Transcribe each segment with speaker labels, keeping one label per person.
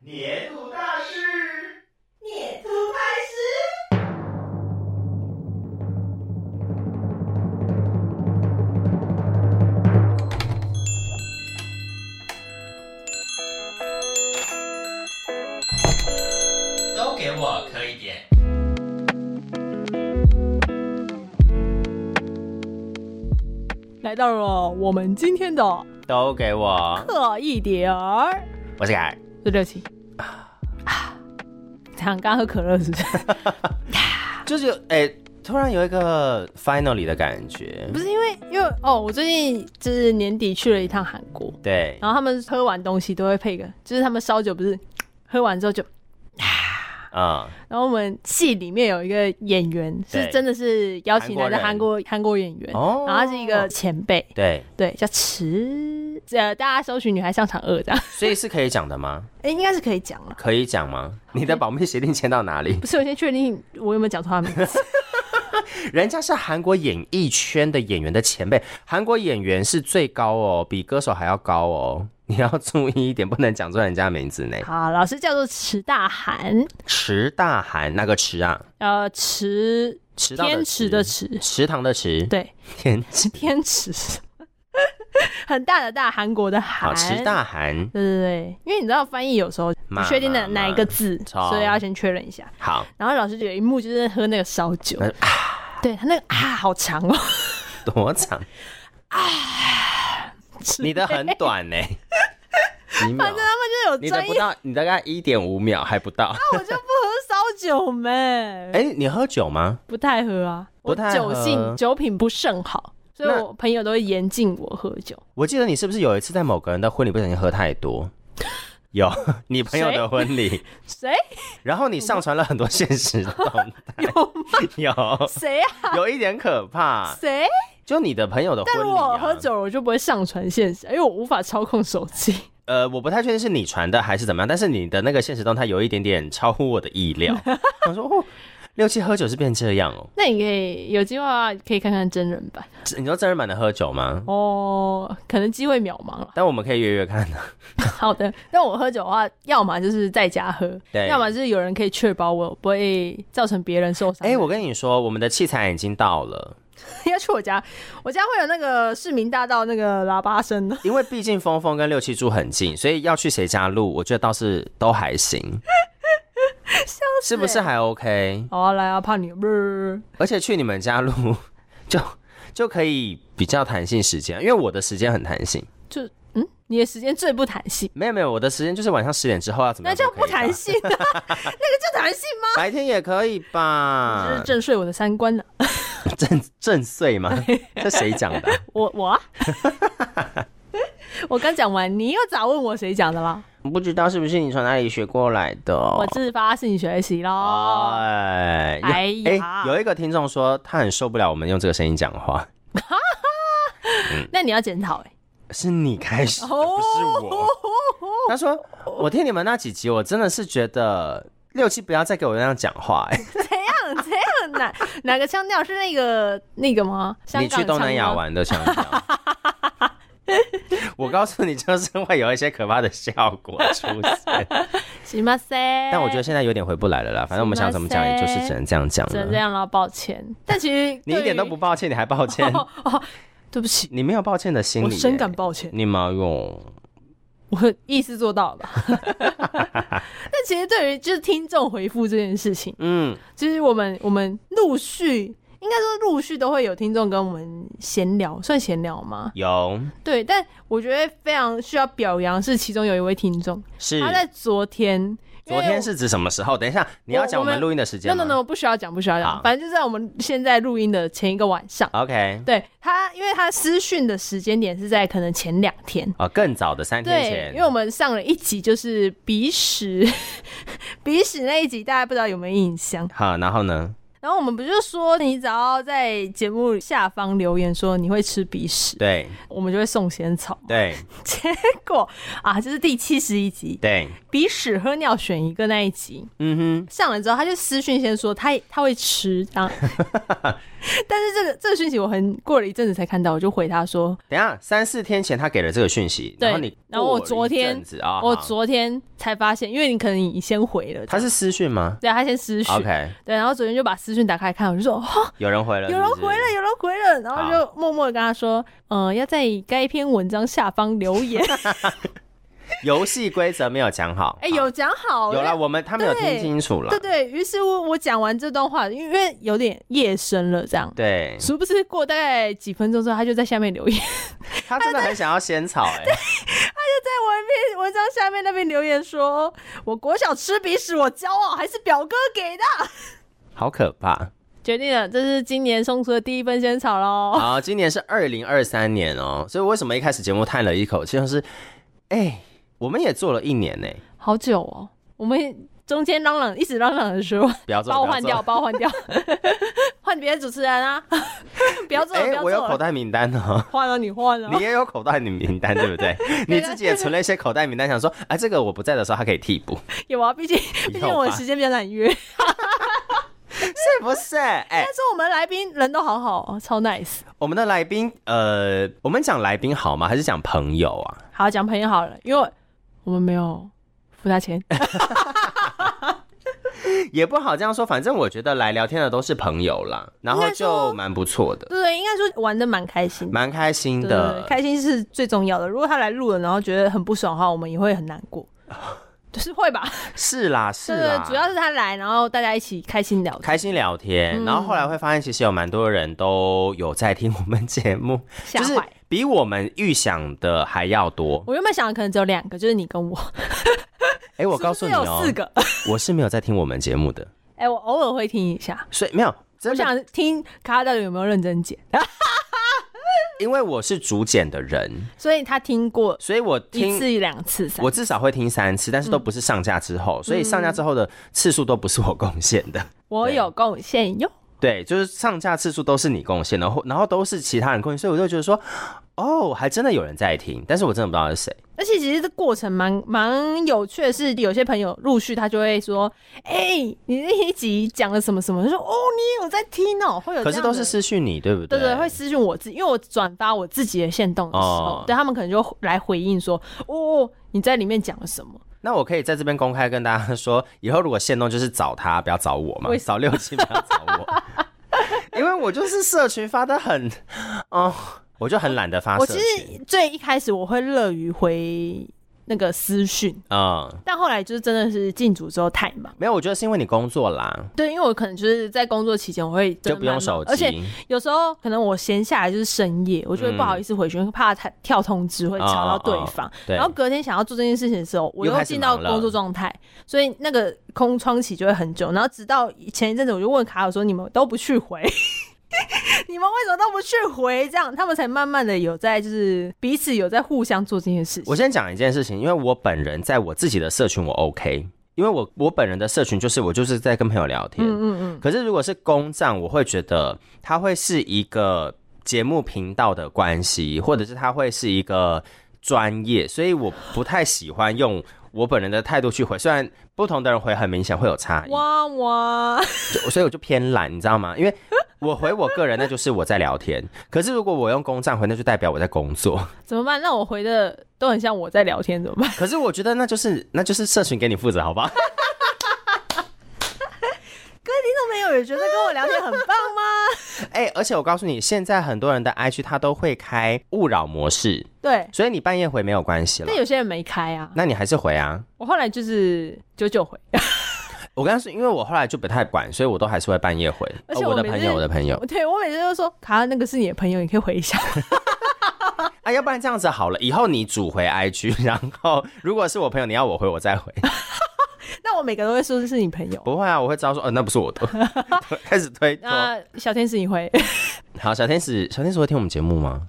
Speaker 1: 年度大师，
Speaker 2: 念出开始。
Speaker 1: 都给我磕一点。
Speaker 3: 来到了我们今天的
Speaker 1: 都给我，
Speaker 3: 刻一点儿，
Speaker 1: 我是凯。
Speaker 3: 是六七。怎样？刚喝可乐是不是？
Speaker 1: 就是哎、突然有一个 finally 的感觉
Speaker 3: 不。是因为因为哦，我最近就是年底去了一趟韩国，
Speaker 1: 对，
Speaker 3: 然后他们喝完东西都会配一个，就是他们烧酒不是喝完之后就，
Speaker 1: 嗯，
Speaker 3: 然后我们戏里面有一个演员
Speaker 1: 对
Speaker 3: 是真的是邀请来的
Speaker 1: 韩
Speaker 3: 韩
Speaker 1: 国
Speaker 3: 国韩国演员，
Speaker 1: 哦
Speaker 3: 然后他是一个前辈，
Speaker 1: 对，
Speaker 3: 对，叫池，呃，大家搜寻女孩上场二这样，
Speaker 1: 所以是可以讲的吗？
Speaker 3: 哎、应该是可以讲了。
Speaker 1: 可以讲吗？嗯你的保密协定签到哪里？
Speaker 3: 不是，我先确定我有没有讲错他的名字。
Speaker 1: 人家是韩国演艺圈的演员的前辈，韩国演员是最高哦，比歌手还要高哦。 你要注意一点，不能讲出人家名字呢。
Speaker 3: 好，老师叫做池大涵，
Speaker 1: 池大寒，那个池啊？
Speaker 3: 呃，池
Speaker 1: 池到
Speaker 3: 天池的
Speaker 1: 池，
Speaker 3: 池，
Speaker 1: 池塘的池，
Speaker 3: 对，
Speaker 1: 天池。
Speaker 3: 天池，很大的大，韩国的韩，
Speaker 1: 好，池大寒，
Speaker 3: 对对对，因为你知道翻译有时候不
Speaker 1: 骂
Speaker 3: 确定
Speaker 1: 骂
Speaker 3: 哪哪一
Speaker 1: 骂
Speaker 3: 个字，
Speaker 1: 操
Speaker 3: 所以要先确认一下。
Speaker 1: 好，
Speaker 3: 然后老师有一幕就是喝那个烧酒
Speaker 1: 那，
Speaker 3: 对他那个啊好长哦，
Speaker 1: 多长？
Speaker 3: 啊
Speaker 1: 你的很短 呢，几秒？
Speaker 3: 他们就
Speaker 1: 你的
Speaker 3: 有专
Speaker 1: 不
Speaker 3: 业，
Speaker 1: 到，你大概一点五秒还不到。
Speaker 3: 我就不喝烧酒没，
Speaker 1: 哎、你喝酒吗？
Speaker 3: 不太喝啊，
Speaker 1: 不
Speaker 3: 我
Speaker 1: 太
Speaker 3: 酒
Speaker 1: 喝
Speaker 3: 性酒品不甚好，所以
Speaker 1: 那
Speaker 3: 我朋友都会严禁我喝酒。
Speaker 1: 我记得你是不是有一次在某个人的婚礼不小心喝太 多？有， 你朋友的婚礼，
Speaker 3: 谁
Speaker 1: 然后你上传了很多现实的动 态，
Speaker 3: 有吗？
Speaker 1: 有
Speaker 3: 谁啊？
Speaker 1: 有一点可怕。
Speaker 3: 谁？
Speaker 1: 就你的朋友的婚
Speaker 3: 但
Speaker 1: 礼、啊，
Speaker 3: 如果我喝酒了，我就不会上传现实，因为我无法操控手机。
Speaker 1: 呃，我不太确定是你传的还是怎么样，但是你的那个现实动态有一点点超乎我的意 料。我说哦，六七喝酒是变这样哦。
Speaker 3: 那你可以有机会的话，可以看看真人版
Speaker 1: 这你说真人版的喝酒吗？
Speaker 3: 哦，可能机会渺茫 了。
Speaker 1: 但我们可以约约看啊。
Speaker 3: 好的，那我喝酒的话，要么就是在家喝，
Speaker 1: 对
Speaker 3: 要么就是有人可以确保我不会造成别人受伤。
Speaker 1: 哎、 我跟你说，我们的器材已经到了，
Speaker 3: 要去我家，我家会有那个市民大道那个喇叭声的。
Speaker 1: 因为毕竟峰峰跟六七住很近，所以要去谁家录，我觉得倒是都还 行。是不是还
Speaker 3: 欸
Speaker 1: OK？
Speaker 3: 好啊，来啊，怕你不是
Speaker 1: 而且去你们家录，就就可以比较弹性时间，因为我的时间很弹性。
Speaker 3: 就嗯，你的时间最不弹性，
Speaker 1: 没有没有，我的时间就是晚上十点之后要怎么
Speaker 3: 那
Speaker 1: 样
Speaker 3: 叫
Speaker 1: 都可以的？
Speaker 3: 不弹性 啊，那个叫弹性吗？
Speaker 1: 白天也可以
Speaker 3: 这
Speaker 1: 吧
Speaker 3: 是？震碎我的三观啊了。
Speaker 1: 震震碎吗？这谁讲的啊？
Speaker 3: 我我、 啊，我刚讲完，你又咋问我谁讲的啦？
Speaker 1: 不知道是不是你从哪里学过来的？
Speaker 3: 我自发性学习咯。
Speaker 1: 哎有
Speaker 3: 哎呀
Speaker 1: 哎有一个听众说他很受不了我们用这个声音讲话，
Speaker 3: 那你要检讨哎，
Speaker 1: 是你开始，不
Speaker 3: 哦
Speaker 1: 是我。 他说我听你们那几集，我真的是觉得六七不要再给我那样讲话、哎
Speaker 3: 怎样怎样哪哪个腔调是那个那个吗？香
Speaker 1: 你
Speaker 3: 港
Speaker 1: 去东南亚
Speaker 3: 腔吗，
Speaker 1: 玩的腔调。 我告诉你，就是会有一些可怕的效果出 现。
Speaker 3: 行吧噻。
Speaker 1: 但我觉得现在有点回不来了啦，反正我们想怎么讲，也就是只能这样讲
Speaker 3: 只能这
Speaker 1: 了。
Speaker 3: 样了，抱歉。但其实哦
Speaker 1: 你一点都不抱歉，你还抱歉，
Speaker 3: 对不起，
Speaker 1: 你没有抱歉的心理、
Speaker 3: 我
Speaker 1: 欸
Speaker 3: 深感抱歉，
Speaker 1: 你哦没有，
Speaker 3: 我意思做到了吧。 但其实对于就是听众回复这件事情，
Speaker 1: 嗯，
Speaker 3: 其实我们我们陆续。应该说，陆续都会有听众跟我们闲聊，算闲聊吗？
Speaker 1: 有
Speaker 3: 对，但我觉得非常需要表扬是其中有一位听众，
Speaker 1: 是。
Speaker 3: 他在昨天，因为
Speaker 1: 昨天是指什么时候？等一下，你要讲我
Speaker 3: 我
Speaker 1: 们
Speaker 3: 们
Speaker 1: 录音的时间
Speaker 3: no
Speaker 1: 吗
Speaker 3: no no 不需要讲，不需要
Speaker 1: 好
Speaker 3: 讲，反正就在我们现在录音的前一个晚上。
Speaker 1: OK，
Speaker 3: 对他，因为他私讯的时间点是在可能前两天，
Speaker 1: 哦，更早的三天
Speaker 3: 对
Speaker 1: 前，，
Speaker 3: 因为我们上了一集就是鼻屎， 鼻屎那一集大家不知道有没有印象？
Speaker 1: 好，然后呢？
Speaker 3: 然后我们不就说你只要在节目下方留言说你会吃鼻屎，
Speaker 1: 对
Speaker 3: 我们就会送仙草。
Speaker 1: 对
Speaker 3: 结果啊，这是第七十一集
Speaker 1: 对，
Speaker 3: 鼻屎喝尿选一个那一集，
Speaker 1: 嗯
Speaker 3: 上了之后，他就私讯先说他他会吃这 样，但是这个这个讯息我很过了一阵子才看到，我就回他说
Speaker 1: 哼，等一下三四天前他给了这个讯息，
Speaker 3: 对
Speaker 1: 然后你
Speaker 3: 然后我
Speaker 1: 过了一
Speaker 3: 昨天
Speaker 1: 阵子啊，
Speaker 3: 我
Speaker 1: 好
Speaker 3: 昨天才发现，因为你可能你先回了，
Speaker 1: 他是私讯吗
Speaker 3: 对他先私讯
Speaker 1: ？OK，
Speaker 3: 对，然后昨天就把私讯打开看，我就说哦，
Speaker 1: 有人回了，
Speaker 3: 有人
Speaker 1: 是不
Speaker 3: 回
Speaker 1: 是
Speaker 3: 了，有人回了，然后就默默的跟他说，嗯、要在该篇文章下方留言，
Speaker 1: 游戏规则没有讲好。
Speaker 3: 哎、有讲好，
Speaker 1: 好有啦，我们他们有
Speaker 3: 对
Speaker 1: 听清楚了
Speaker 3: 对。对于是我我讲完这段话，因为因为有点夜深了，这样。
Speaker 1: 对，
Speaker 3: 殊不知过大概几分钟之后，他就在下面留言，在
Speaker 1: 他真的很想要仙草哎、
Speaker 3: 文篇文章下面那边留言说：“我国小吃鼻屎，我骄傲，还是表哥给的。
Speaker 1: 好可怕！”
Speaker 3: 决定了，这是今年送出的第一份仙草喽。
Speaker 1: 好，今年是二零二三年哦，所以为什么一开始节目叹了一口气，就是，哎、我们也做了一年呢、
Speaker 3: 好久哦，我们中间嚷嚷一直嚷嚷的 说，
Speaker 1: 不要做，
Speaker 3: 把我
Speaker 1: 不要
Speaker 3: 换
Speaker 1: 做
Speaker 3: 掉，。把我换掉， 换别的主持人啊， 不要做了，
Speaker 1: 哎、
Speaker 3: 不要
Speaker 1: 我有
Speaker 3: 做
Speaker 1: 口
Speaker 3: 了，
Speaker 1: 袋名单哦，
Speaker 3: 换了你换了，
Speaker 1: 你也有口袋名单对不对？你自己也存了一些口袋名单，想说，哎、这个我不在的时候，他可以替 补，
Speaker 3: 有啊，毕竟
Speaker 1: 以
Speaker 3: 毕竟
Speaker 1: 后
Speaker 3: 我
Speaker 1: 吧
Speaker 3: 时间比较难约。
Speaker 1: 是不是？哎、
Speaker 3: 但是我们来宾人都好好哦，超 nice。
Speaker 1: 我们的来宾，呃，我们讲来宾好吗？还是讲朋友啊？
Speaker 3: 好，讲朋友好了，因为我们没有付 他钱。
Speaker 1: 也不好这样说，反正我觉得来聊天的都是朋友啦，然后就蛮不错的，
Speaker 3: 对，应该说玩的蛮开心的。
Speaker 1: 蛮开心
Speaker 3: 对
Speaker 1: 的。
Speaker 3: 开心是最重要的。如果他来录了，然后觉得很不爽的话，我们也会很难 过，就是会吧？
Speaker 1: 是啦，是
Speaker 3: 对
Speaker 1: 啦，
Speaker 3: 对，主要是他来，然后大家一起开心聊天。
Speaker 1: 开心聊天。
Speaker 3: 嗯
Speaker 1: 然后后来会发现，其实有蛮多人都有在听我们节目，
Speaker 3: 吓
Speaker 1: 就是
Speaker 3: 坏！
Speaker 1: 比我们预想的还要多。
Speaker 3: 我原本想的可能只有两个，就是你跟我。
Speaker 1: 哎， 我告诉你
Speaker 3: 是不是有
Speaker 1: 哦
Speaker 3: 四，个。
Speaker 1: 我是没有在听我们节目的，
Speaker 3: 哎，我偶尔会听一下，
Speaker 1: 所以没有。
Speaker 3: 我
Speaker 1: 真的，
Speaker 3: 想听他到底有没有认真剪，
Speaker 1: 因为我是竹简的人，
Speaker 3: 所以他听过
Speaker 1: 所以我
Speaker 3: 一
Speaker 1: 听
Speaker 3: 次、两次、三次。嗯
Speaker 1: 我至少会听三次，但是都不是上架之后，所以上架之后的次数都不是我贡献的。
Speaker 3: 我
Speaker 1: 对
Speaker 3: 有贡献哟。
Speaker 1: 对，就是上架次数都是你贡献，然后然后都是其他人贡献，所以我就觉得说，哦，还真的有人在听，但是我真的不知道是谁。
Speaker 3: 而且其实这过程蛮蛮有趣的是，有些朋友陆续他就会说：“哎、你那一集讲了什么什么？”就说：“哦，你也有在听哦。”会有
Speaker 1: 可
Speaker 3: 这样的，
Speaker 1: 是都是私讯你，对不对
Speaker 3: 对对，会私信我自己，因为我转发我自己的线动的时候，
Speaker 1: 哦
Speaker 3: 对他们可能就来回应说：“哦，你在里面讲了什么
Speaker 1: 那我可以在这边公开跟大家说，以后如果限动就是找他，不要找我嘛
Speaker 3: 为，
Speaker 1: 找六七不要找 我，因为我就是社群发的很，哦，我就很懒得？”发
Speaker 3: 我
Speaker 1: 社
Speaker 3: 其
Speaker 1: 群。
Speaker 3: 实最一开始我会乐于回那个私讯，
Speaker 1: 嗯，
Speaker 3: 但后来就是真的是进组之后太忙。
Speaker 1: 没有，我觉得是因为你工作啦，
Speaker 3: 对，因为我可能就是在工作期间，我会真
Speaker 1: 就
Speaker 3: 的
Speaker 1: 不用
Speaker 3: 蛮忙
Speaker 1: 手
Speaker 3: 而且
Speaker 1: 机。
Speaker 3: 有时候可能我闲下来就是深夜，我就会不好意思回去，怕他跳通知会吵到对方。
Speaker 1: 嗯哦对
Speaker 3: 然后隔天想要做这件事情的时候，我
Speaker 1: 又
Speaker 3: 又
Speaker 1: 开始
Speaker 3: 进到
Speaker 1: 忙了
Speaker 3: 工作状态，所以那个空窗期就会很久。然后直到前一阵子，我就问卡尔说：“你们都不去回， 你们为什么都不去回？”这样他们才慢慢的有在就是彼此有在互相做这件事情。
Speaker 1: 我先讲一件事情，因为我本人在我自己的社群我 OK，因为我我本人的社群就是我就是在跟朋友聊天，嗯嗯嗯。可是如果是公账，我会觉得它会是一个节目频道的关系，或者是它会是一个专业，所以我不太喜欢用。我本人的态度去回，虽然不同的人回很明显会有差异，
Speaker 3: 哇哇，
Speaker 1: 就所以我就偏懒，你知道吗？因为我回我个人，那就是我在聊天；可是如果我用公账回，那就代表我在工作。
Speaker 3: 怎么办？那我回的都很像我在聊天，怎 么 办？
Speaker 1: 可是我觉得那就是那就是社群给你负责，好 吧？
Speaker 3: 听众朋友也觉得跟我聊天很棒吗？
Speaker 1: 哎、而且我告诉你，现在很多人的 IG 它都会开勿扰模式，
Speaker 3: 对，
Speaker 1: 所以你半夜回没有关系了
Speaker 3: 但。有些人没开啊。
Speaker 1: 那你还是回啊！
Speaker 3: 我后来就是九九回，
Speaker 1: 我刚刚是因为我后来就不太管，所以我都还是会半夜回。
Speaker 3: 而且
Speaker 1: 呃
Speaker 3: 我
Speaker 1: 我的
Speaker 3: 每
Speaker 1: 朋
Speaker 3: 次
Speaker 1: 友，我的朋友
Speaker 3: 对我每次都说卡，那个是你的朋友，你可以回一下。
Speaker 1: 啊，要不然这样子好了，以后你主回 IG，然后如果是我朋友，你要我回，我再回。
Speaker 3: 那我每个都会说这是你朋友。
Speaker 1: 不会啊，我会知道说，呃，那不是我的， 开始推脱。
Speaker 3: 那、小天使你回，
Speaker 1: 好，小天使，小天使会听我们节目吗？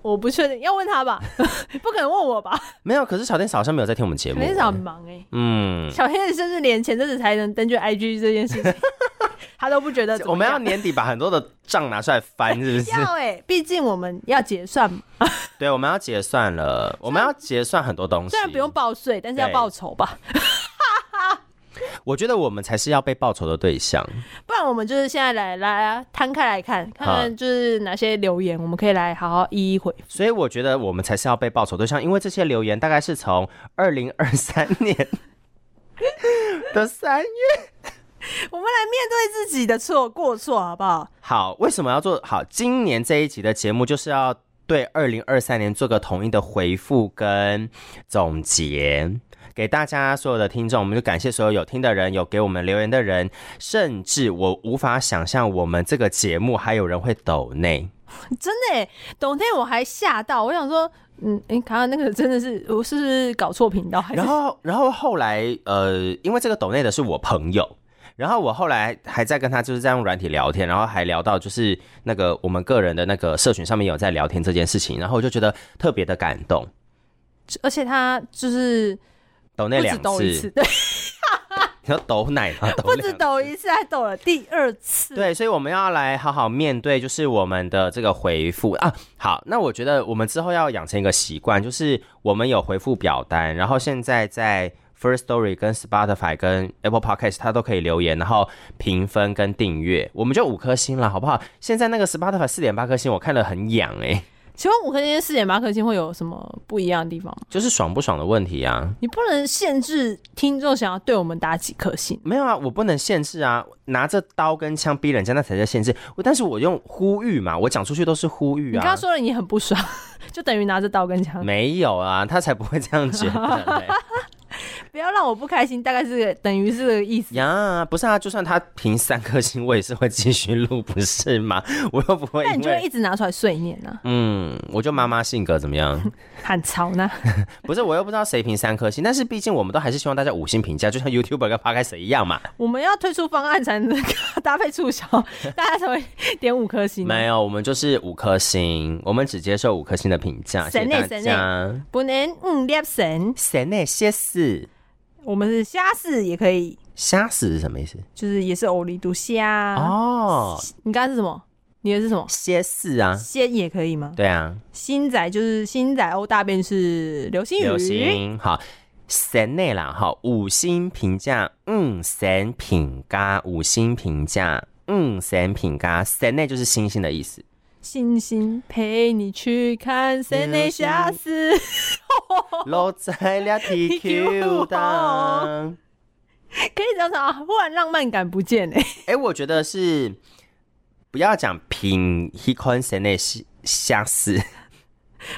Speaker 3: 我不确定，要问他吧， 不可能问我吧？
Speaker 1: 没有，可是小天使好像没有在听我们节
Speaker 3: 小
Speaker 1: 目、欸
Speaker 3: 天使很忙哎、
Speaker 1: 嗯，
Speaker 3: 小天使甚至连前阵子才能登去 IG 这件事情， 他都不觉得怎
Speaker 1: 我
Speaker 3: 么
Speaker 1: 们要
Speaker 3: 样。
Speaker 1: 年底把很多的账拿出来翻，是不是？
Speaker 3: 要哎、毕竟我们要结算嘛，
Speaker 1: 对，我们要结算了，我们要结算很多东西。
Speaker 3: 虽然不用报税，但是要
Speaker 1: 对
Speaker 3: 报仇吧？
Speaker 1: 我觉得我们才是要被报仇的对象。
Speaker 3: 不然我们就是现在来来摊开来看，看看就是哪些留言，我们可以来好好一一回 复。
Speaker 1: 所以我觉得我们才是要被报仇对象，因为这些留言大概是从二零二三年 的三月。
Speaker 3: 我们来面对自己的错过错，好不好？
Speaker 1: 好，为什么要做好？今年这一集的节目就是要对二零二三年做个统一的回复跟总结，给大家所有的听众，我们就感谢所有有听的人，有给我们留言的人，甚至我无法想象我们这个节目还有人会抖内。
Speaker 3: 真的耶，董天我还吓到，我想说，嗯，哎、卡卡那个真的是，我是不是搞错频道？还是
Speaker 1: 然后，然后后来，呃，因为这个抖内的是我朋友，然后我后来还在跟他就是在用软体聊天，然后还聊到就是那个我们个人的那个社群上面有在聊天这件事情，然后我就觉得特别的感动，
Speaker 3: 而且他就是
Speaker 1: 抖
Speaker 3: 不
Speaker 1: 内
Speaker 3: 止
Speaker 1: 两
Speaker 3: 抖一次，
Speaker 1: 次，
Speaker 3: 对，
Speaker 1: 你说抖 奶吗？抖
Speaker 3: 不
Speaker 1: 两
Speaker 3: 止
Speaker 1: 次
Speaker 3: 抖一次，还抖了第二次。
Speaker 1: 对，所以我们要来好好面对，就是我们的这个回复啊。好，那我觉得我们之后要养成一个习惯，就是我们有回复表单，然后现在在 First Story、跟 Spotify、跟 Apple Podcast 它都可以留言，然后评分跟订阅，我们就五颗星了，好不好？现在那个 Spotify 四点八颗星，我看了很痒哎、
Speaker 3: 请问五颗星、四点八颗星会有什么不一样的地方吗？
Speaker 1: 就是爽不爽的问题啊。
Speaker 3: 你不能限制听众想要对我们打几颗星。
Speaker 1: 没有啊，我不能限制啊，拿着刀跟枪逼人家那才叫限制。我但是我用呼吁嘛，我讲出去都是呼吁啊。
Speaker 3: 你刚刚说了你很不爽，就等于拿着刀跟枪，
Speaker 1: 没有啊，他才不会这样觉得嘞
Speaker 3: 不要让我不开心，大概是等于是这个意思。
Speaker 1: 呀。不是啊，就算他评三颗星，我也是会继续录，不是吗？ 我又不会
Speaker 3: 但
Speaker 1: 因
Speaker 3: 你就会
Speaker 1: 为
Speaker 3: 一直拿出来碎念啊，
Speaker 1: 嗯，我就妈妈性格怎么样？
Speaker 3: 喊吵呢。
Speaker 1: 不是，我又不知道谁评三颗星，但是毕竟我们都还是希望大家五星评价，就像 YouTuber 跟 Podcast 一样嘛。
Speaker 3: 我们要推出方案才能搭配促 销，大家才会点五颗星。啊
Speaker 1: 没有，我们就是五颗星，我们只接受五颗星的评价，谢
Speaker 3: 神
Speaker 1: 谢
Speaker 3: 内
Speaker 1: 大家。
Speaker 3: 不能嗯猎神，
Speaker 1: 神内谢死，
Speaker 3: 我们是虾式也可以，
Speaker 1: 吓死是什么意思？
Speaker 3: 就是也是欧里读虾。
Speaker 1: 哦，
Speaker 3: 你刚刚是什么？你的是什么？
Speaker 1: 歇死啊，
Speaker 3: 鲜也可以吗？
Speaker 1: 对啊，
Speaker 3: 新仔就是新仔欧大便是流星雨，
Speaker 1: 流行好。神内啦，哈，五星评价，嗯，神评价，五星评价，嗯，神评价，神内就是星星的意 思。
Speaker 3: 星星陪你去看谁内虾死。
Speaker 1: 落在了 TQ 档，
Speaker 3: 可以这样讲啊，忽然浪漫感不见哎、
Speaker 1: 哎、我觉得是不要讲评 he con 神内是相似，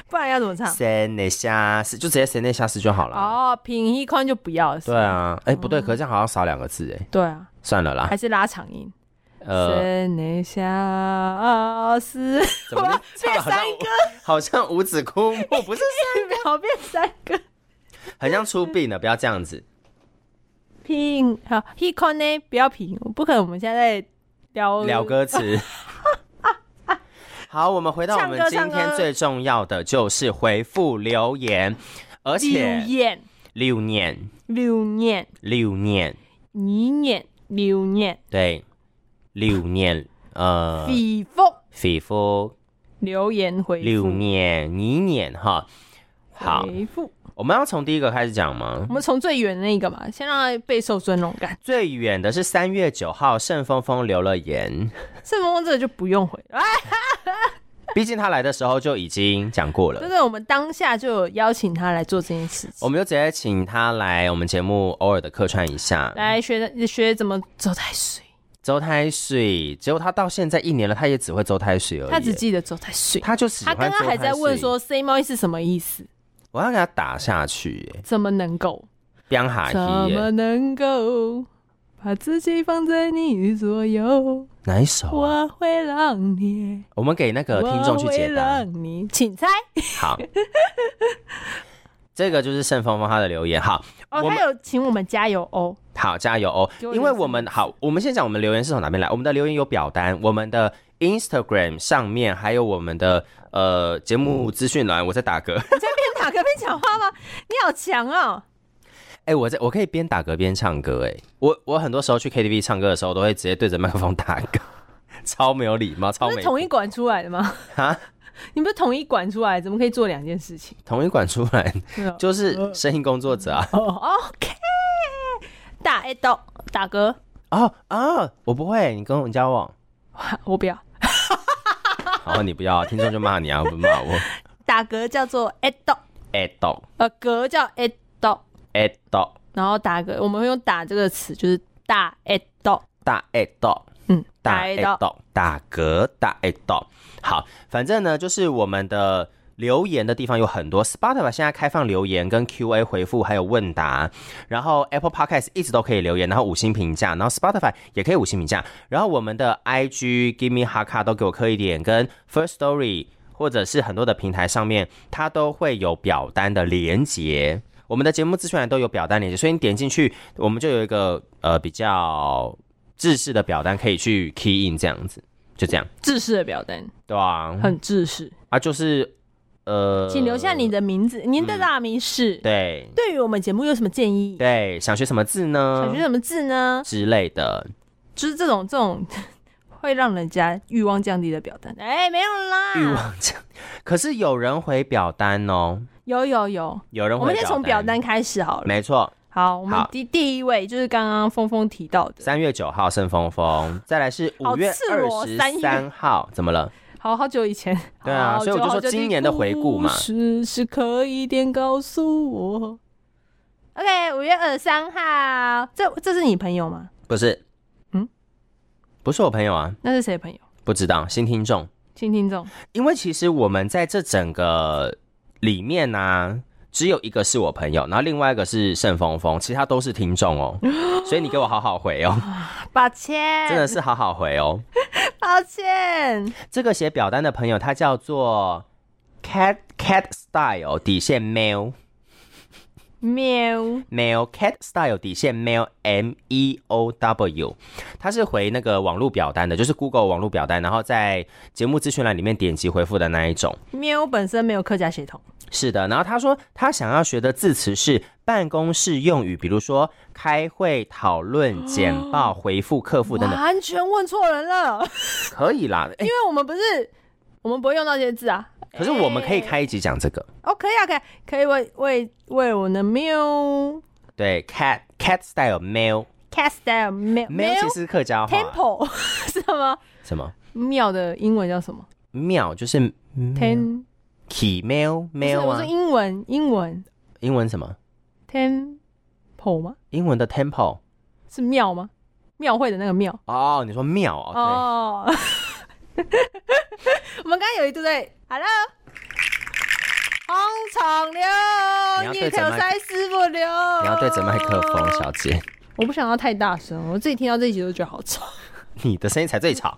Speaker 3: 不然要怎么唱？
Speaker 1: 神内相似就直接神内相似就好了。
Speaker 3: 哦，平一宽就不要了。是
Speaker 1: 对
Speaker 3: 吗
Speaker 1: 啊，哎、不对，可是这样好像少两个字，哎，
Speaker 3: 对啊，
Speaker 1: 算了啦
Speaker 3: 还，是拉长音。
Speaker 1: 呃，
Speaker 3: 真的相思，
Speaker 1: 怎 么
Speaker 3: 变
Speaker 1: 唱好像
Speaker 3: 三哥，
Speaker 1: 好像五指枯木，不是
Speaker 3: 秒变三个。
Speaker 1: 很像出殡了，不要这样子。
Speaker 3: 平好，he con 呢？不要平，不可能。我们现在在聊
Speaker 1: 聊歌词。好，我们回到我们
Speaker 3: 唱歌
Speaker 1: 今
Speaker 3: 唱歌
Speaker 1: 天最重要的就是回复留言，而
Speaker 3: 六
Speaker 1: 且
Speaker 3: 年、
Speaker 1: 六年
Speaker 3: 六年、
Speaker 1: 六年
Speaker 3: 一年、六年，
Speaker 1: 对六年呃，
Speaker 3: 比风
Speaker 1: 肥夫
Speaker 3: 留言回复，
Speaker 1: 六年一年哈。好，
Speaker 3: 回复。
Speaker 1: 我们要从第一个开始讲吗
Speaker 3: 我？们从最远的那个嘛，先让他备受尊荣感。
Speaker 1: 最远的是三月九号，盛峰峰留了言，
Speaker 3: 顺风这个就不用回了，哎，
Speaker 1: 毕竟他来的时候就已经讲过了
Speaker 3: 就。是我们当下就有邀请他来做这件事情，
Speaker 1: 我们就直接请他来我们节目偶尔的客串一下，
Speaker 3: 来学学怎么走太水，
Speaker 1: 周胎水。结果他到现在一年了，他也只会周胎水而已。
Speaker 3: 他只记得走太水。
Speaker 1: 他就喜
Speaker 3: 他
Speaker 1: 欢
Speaker 3: 刚刚还在问
Speaker 1: 周胎水，
Speaker 3: 说 “say m o 是什么意思？
Speaker 1: 我要给他打下去耶，
Speaker 3: 怎么能够？
Speaker 1: 彪哈
Speaker 3: 怎
Speaker 1: 希耶
Speaker 3: 么，能够把自己放在你左右？
Speaker 1: 哪一首啊、
Speaker 3: 我会让你，
Speaker 1: 我们给那个听
Speaker 3: 我
Speaker 1: 众去
Speaker 3: 会
Speaker 1: 解答。
Speaker 3: 让你，请猜。
Speaker 1: 好，这个就是盛峰峰他的留言。好，
Speaker 3: 哦，
Speaker 1: 我们
Speaker 3: 他有请我们加油哦，
Speaker 1: 好，加油哦！
Speaker 3: 给我
Speaker 1: 因为
Speaker 3: 人生
Speaker 1: 我们好，我们先讲我们留言是从哪边来。我们的留言有表单，我们的 Instagram 上面，还有我们的呃节目资讯栏。我在打嗝，
Speaker 3: 你在边打嗝边讲话吗？你好强哦！
Speaker 1: 哎、我在我可以边打嗝边唱歌、哎，我我很多时候去 KTV 唱歌的时候，都会直接对着麦克风打嗝， 超没有礼貌，超
Speaker 3: 不
Speaker 1: 没
Speaker 3: 是统一管出来的吗？
Speaker 1: 啊，
Speaker 3: 你不是统一管出来，怎么可以做两件事情？
Speaker 1: 统一管出来
Speaker 3: 对啊
Speaker 1: 就是声音工作者啊。
Speaker 3: 哦，OK，大 A 豆打嗝，
Speaker 1: 哦啊，我不会，你跟我交往，
Speaker 3: 我不要。
Speaker 1: 然后你不要，听众就骂你啊，不骂我。
Speaker 3: 打嗝叫做 a dog，
Speaker 1: a d o
Speaker 3: 呃，嗝叫 a dog，
Speaker 1: a d o
Speaker 3: 然后打嗝我们会用打这个词，就是大 a dog，
Speaker 1: 大 a d o
Speaker 3: 嗯，
Speaker 1: 大
Speaker 3: a
Speaker 1: A
Speaker 3: dog。
Speaker 1: 到打嗝大 A 到。好，反正呢，就是我们的留言的地方有很多，Spotify 现在开放留言跟 Q&A 回复，还有问答，然后 Apple Podcast 一直都可以留言，然后五星评价，然后 Spotify 也可以五星评价，然后我们的 IG Give Me Haka 都给我磕一点，跟 First Story 或者是很多的平台上面，它都会有表单的连接。我们的节目资讯栏都有表单连接，所以你点进去，我们就有一个呃比较制式的表单可以去 key in 这样子，就这样，
Speaker 3: 制式的表单，
Speaker 1: 对啊，
Speaker 3: 很制式，
Speaker 1: 啊就是呃，嗯
Speaker 3: 请留下你的名字，您的大名是。
Speaker 1: 对
Speaker 3: 对于我们节目有什么建议？
Speaker 1: 对，嗯想学什么字呢
Speaker 3: 想学什么字呢？
Speaker 1: 之类的，
Speaker 3: 就是这种这种 会让人家欲望降低的表单。哎，没有
Speaker 1: 欲
Speaker 3: 啦，
Speaker 1: 望这样， 可是有人回表单哦，
Speaker 3: 有有有，
Speaker 1: 有人
Speaker 3: 我
Speaker 1: 回
Speaker 3: 们先从表单开始好了。
Speaker 1: 没错，
Speaker 3: 好，我们
Speaker 1: 好
Speaker 3: 第第一位就是刚刚峰峰提到的，
Speaker 1: 三月九号盛峰峰，再来是
Speaker 3: 好
Speaker 1: 五月
Speaker 3: 赤
Speaker 1: 二
Speaker 3: 裸
Speaker 1: 十
Speaker 3: 三月
Speaker 1: 三号，怎么了？
Speaker 3: 好好久以前。
Speaker 1: 对啊
Speaker 3: 好
Speaker 1: 所以我就
Speaker 3: 久
Speaker 1: 说
Speaker 3: 好久
Speaker 1: 今年的回顾嘛
Speaker 3: 故事是可以点告诉我。OK，五月二十三号，这这是你朋友吗？
Speaker 1: 不是，
Speaker 3: 嗯，
Speaker 1: 不是我朋友啊，
Speaker 3: 那是谁朋友？
Speaker 1: 不知道新听众。
Speaker 3: 新听 众。
Speaker 1: 因为其实我们在这整个里面呢、只有一个是我朋友，然后另外一个是盛峰峰，其他都是听众哦。所以你给我好好回哦，
Speaker 3: 抱歉，
Speaker 1: 真的是好好回哦。
Speaker 3: 抱歉。
Speaker 1: 这个写表单的朋友，他叫做 Cat Cat Style 底线 Mail
Speaker 3: 喵，
Speaker 1: Mail Cat Style 底线 Mail M E O W，他是回那个网络表单的，就是 Google 网络表单，然后在节目资讯栏里面点击回复的那一种。
Speaker 3: 喵本身没有客家血统，
Speaker 1: 是的，然后他说他想要学的字词是办公室用语，比如说开会、讨论、简报、回复客户等等，
Speaker 3: 完全问错人了。
Speaker 1: 可以啦。 哎、
Speaker 3: 因为我们不是，我们不会用到这些字啊。
Speaker 1: 可是我们可以开一集讲这个，
Speaker 3: 哦，可以啊，可以，可以为为为我的喵
Speaker 1: 对，cat cat style mail
Speaker 3: cast 喵
Speaker 1: mail 其实啊是客家话，
Speaker 3: temple 是吗？
Speaker 1: 什么
Speaker 3: 庙的英文叫什么
Speaker 1: 妙就是 mm，
Speaker 3: ？ten
Speaker 1: key mail
Speaker 3: 不是，
Speaker 1: mail
Speaker 3: 我
Speaker 1: 啊
Speaker 3: 说，英文英文
Speaker 1: 英文什么？
Speaker 3: temple 吗？
Speaker 1: 英文的 temple
Speaker 3: 是庙吗？庙会的那个庙
Speaker 1: 哦，你说妙哦，
Speaker 3: 哦。 我们刚刚有一度在 hello。红闯
Speaker 1: 你
Speaker 3: 流，
Speaker 1: 要
Speaker 3: 一
Speaker 1: 对
Speaker 3: 口
Speaker 1: 着麦
Speaker 3: 塞师傅流。
Speaker 1: 对，你要对着麦克风，小姐，
Speaker 3: 我不想要太大声，我自己听到这一集都觉得好吵。
Speaker 1: 你的声音才最吵。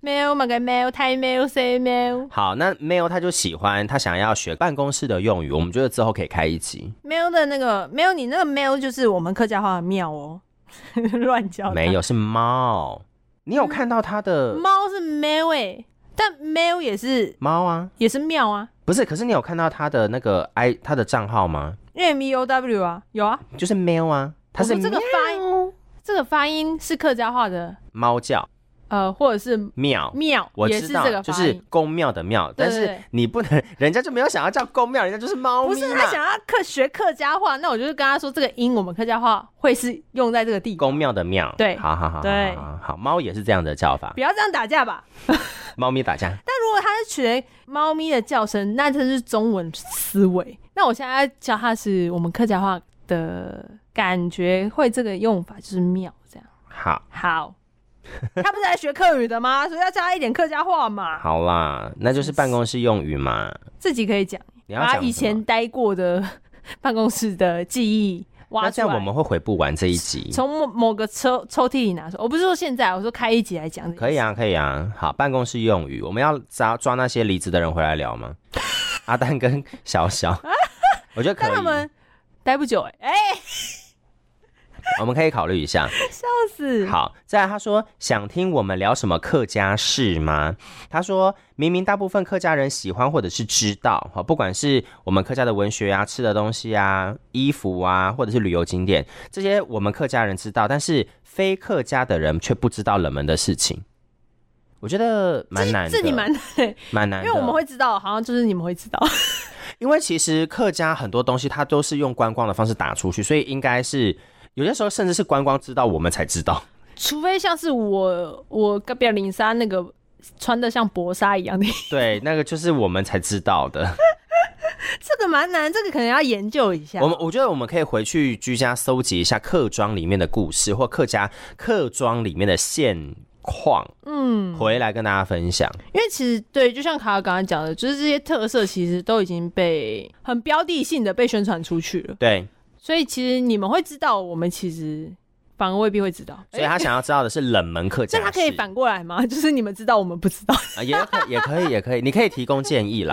Speaker 3: 没有，买个没有，太没有，谁没有，
Speaker 1: 好，那 mail 他就喜欢，他想要学办公室的用语，我们觉得之后可以开一集。
Speaker 3: 没有的那个没有，你那个没有就是我们客家话的庙哦， 乱叫的
Speaker 1: 没。有，是猫。你有看到它的
Speaker 3: 哦嗯猫是喵哎、但喵也是
Speaker 1: 猫啊？
Speaker 3: 也是庙啊
Speaker 1: 不是，可是你有看到它的那个 i 它的账号吗？
Speaker 3: ，M E O W 啊，有啊，
Speaker 1: 就是喵啊，它是
Speaker 3: 我说这个发音
Speaker 1: 喵
Speaker 3: 这个发音是客家话的，
Speaker 1: 猫叫
Speaker 3: 呃，或者是
Speaker 1: 喵。
Speaker 3: 庙，
Speaker 1: 我
Speaker 3: 嗯也
Speaker 1: 知
Speaker 3: 是
Speaker 1: 道
Speaker 3: 这，个
Speaker 1: 就
Speaker 3: 发
Speaker 1: 是
Speaker 3: 音。
Speaker 1: 公庙的庙，
Speaker 3: 对
Speaker 1: 但
Speaker 3: 对对
Speaker 1: 是你不能， 人家就没有想要叫公庙，人家就是猫咪啊
Speaker 3: 不
Speaker 1: 嘛。
Speaker 3: 是他想要客学客家话，那我就是跟他说这个音我们客家话会是用在这个地方，
Speaker 1: 公庙的庙，
Speaker 3: 对
Speaker 1: 好好好，
Speaker 3: 对
Speaker 1: 好好好好，猫也是这样的叫法
Speaker 3: 不，要这样打架吧。
Speaker 1: 猫咪打架，
Speaker 3: 但如果他是学猫咪的叫声，那这是中文思维。那我现在要教他是我们客家话的感觉，会这个用法就是妙这样。
Speaker 1: 好。
Speaker 3: 好，他不是来学客语的吗？所以要教他一点客家话嘛。
Speaker 1: 好啦，那就是办公室用语嘛。
Speaker 3: 自己可以讲，
Speaker 1: 你要
Speaker 3: 把
Speaker 1: 讲
Speaker 3: 以
Speaker 1: 什么
Speaker 3: 前待过的 办公室的记忆挖
Speaker 1: 那
Speaker 3: 出
Speaker 1: 这样
Speaker 3: 来。
Speaker 1: 我们会回不完这一集。
Speaker 3: 从某某个抽抽屉里拿出，我不是说现在，我说开一集来讲。
Speaker 1: 可以，啊，可以啊。好，办公室用语，我们要抓抓那些离职的人回来聊 吗？阿丹跟小小，我觉得可
Speaker 3: 但
Speaker 1: 以
Speaker 3: 他，们待不久、欸，哎、
Speaker 1: 我们可以考虑一下。
Speaker 3: 笑死！
Speaker 1: 好，再来他说想听我们聊什么客家事吗？他说明明大部分客家人喜欢或者是知道，哈，不管是我们客家的文学啊、吃的东西啊、衣服啊，或者是旅游景点，这些我们客家人知道，但是非客家的人却不知道冷门的事情。我觉得蛮难的，
Speaker 3: 这你蛮难的、欸
Speaker 1: 蛮难
Speaker 3: 因
Speaker 1: 的，
Speaker 3: 为我们会知道，好像就是你们会知道。
Speaker 1: 因为其实客家很多东西它都是用观光的方式打出去，所以应该是有些时候甚至是观光知道我们才知道。
Speaker 3: 除非像是我我隔壁林莎那个穿的像薄纱一样的，
Speaker 1: 对，那个就是我们才知道的。
Speaker 3: 这个蛮难，这个可能要研究一下。
Speaker 1: 我们我觉得我们可以回去居家搜集一下客庄里面的故事，或客家客庄里面的现况，嗯，回来跟大家分享。
Speaker 3: 因为其实对，就像卡尔刚刚讲的，就是这些特色其实都已经被很标的性的被宣传出去了，
Speaker 1: 对，
Speaker 3: 所以其实你们会知道，我们其实反而未必会知道。
Speaker 1: 所以他想要知道的是冷门 客家
Speaker 3: 哎
Speaker 1: 事，
Speaker 3: 这他可以反过来吗？就是你们知道，我们不知道。
Speaker 1: 啊也可也可以也可以，你可以提供建 议啦，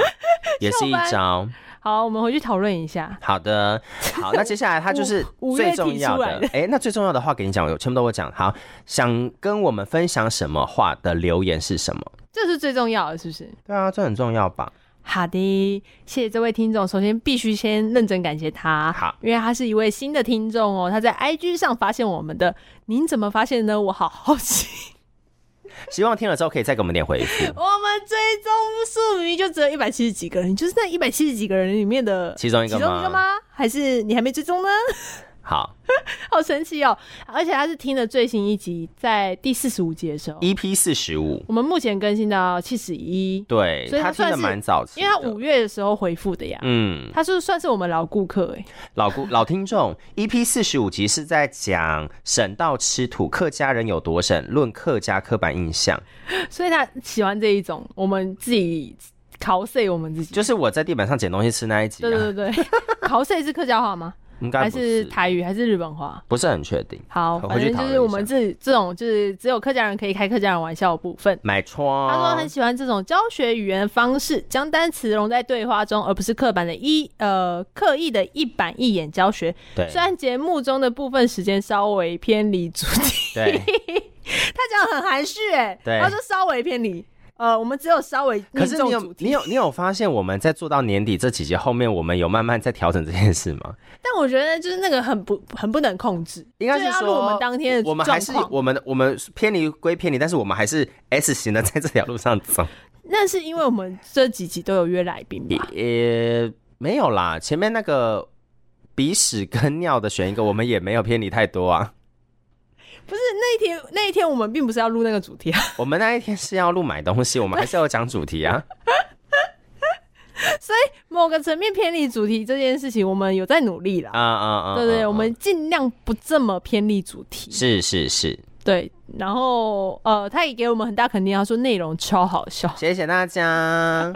Speaker 1: 也是一招。
Speaker 3: 好，我们回去讨论一下。
Speaker 1: 好的，好，那接下来他就是
Speaker 3: 五五月
Speaker 1: 最
Speaker 3: 提
Speaker 1: 重要
Speaker 3: 出
Speaker 1: 的
Speaker 3: 来，
Speaker 1: 哎、那最重要的话给你讲，我全部都会讲。好，想跟我们分享什么话的留言是什么？
Speaker 3: 这是最重要的，是不是？
Speaker 1: 对啊，这很重要吧？
Speaker 3: 好的，谢谢这位听众。首先必须先认真感谢他，
Speaker 1: 好
Speaker 3: 因为他是一位新的听众哦。他在 IG 上发现我们的，您怎么发现呢？我好好奇。
Speaker 1: 希望听了之后可以再给我们点回复。
Speaker 3: 我们追踪数明明就只有一百七十几个人，你就是那一百七十几个人里面的
Speaker 1: 其中一
Speaker 3: 其
Speaker 1: 个
Speaker 3: 中一个
Speaker 1: 吗？
Speaker 3: 吗？还是你还没追踪呢？
Speaker 1: 好
Speaker 3: 好神奇哦！而且他是听了最新一集，在第四十五集的时候，
Speaker 1: ，EP ，E 四十五，
Speaker 3: 我们目前更新到七十一，
Speaker 1: 对
Speaker 3: 所以
Speaker 1: 他
Speaker 3: 他
Speaker 1: 听的
Speaker 3: 算是
Speaker 1: 蛮早期的，
Speaker 3: 因为他五月的时候回复的呀。
Speaker 1: 嗯，
Speaker 3: 他是算是我们老顾客哎、
Speaker 1: 老顾老听众，EP 四十五集是在讲省到吃土，客家人有多省，论客家刻板印象。
Speaker 3: 所以他喜欢这一种我们自己考碎我们自己。
Speaker 1: 就是我啊在地板上捡东西吃那一集、啊，
Speaker 3: 对对对对， 考碎是客家话吗？
Speaker 1: 应该
Speaker 3: 还
Speaker 1: 不
Speaker 3: 是台语还是日本话？
Speaker 1: 不是很确定。
Speaker 3: 好，
Speaker 1: 好
Speaker 3: 反
Speaker 1: 回去
Speaker 3: 正就
Speaker 1: 讨
Speaker 3: 是
Speaker 1: 论一
Speaker 3: 我
Speaker 1: 下
Speaker 3: 们这这种就是只有客家人可以开客家人玩笑的部分。
Speaker 1: 买错，
Speaker 3: 他说很喜欢这种教学语言的方式，将单词融在对话中，而不是刻板的一呃刻意的一板一眼教学。
Speaker 1: 对
Speaker 3: 虽然节目中的部分时间稍微偏离主题，
Speaker 1: 对，
Speaker 3: 他讲得很含蓄哎、
Speaker 1: 对
Speaker 3: 他说稍微偏离，呃，我们只有稍微
Speaker 1: 可
Speaker 3: 命
Speaker 1: 是你
Speaker 3: 中
Speaker 1: 有
Speaker 3: 主题。
Speaker 1: 你有你有发现我们在做到年底这几集后面，我们有慢慢在调整这件事吗？
Speaker 3: 但我觉得就是那个很不很不能控制，
Speaker 1: 应该
Speaker 3: 就是
Speaker 1: 说
Speaker 3: 要啊录我们当天的
Speaker 1: 我们还是
Speaker 3: 状况
Speaker 1: 我们我们偏离归偏离，但是我们还是 S 型的 在这条路上
Speaker 3: 啊
Speaker 1: 走。
Speaker 3: 那是因为我们这几集都有约来宾吧？
Speaker 1: 也没有啦，前面那个鼻屎跟尿的选一个，我们也没有偏离太多啊。
Speaker 3: 不是那一天那一天我们并不是要录那个主题啊，
Speaker 1: 我们那一天是要录买东西，我们还是要讲主题啊。
Speaker 3: 某个层面偏离主题这件事情，我们有在努力啦。
Speaker 1: 啊啊啊！
Speaker 3: 对对对，
Speaker 1: 啊
Speaker 3: 我们尽量不这么偏离主题。
Speaker 1: 是是是，
Speaker 3: 对，然后呃，他也给我们很大肯定，他说内容超好笑。
Speaker 1: 谢谢大家。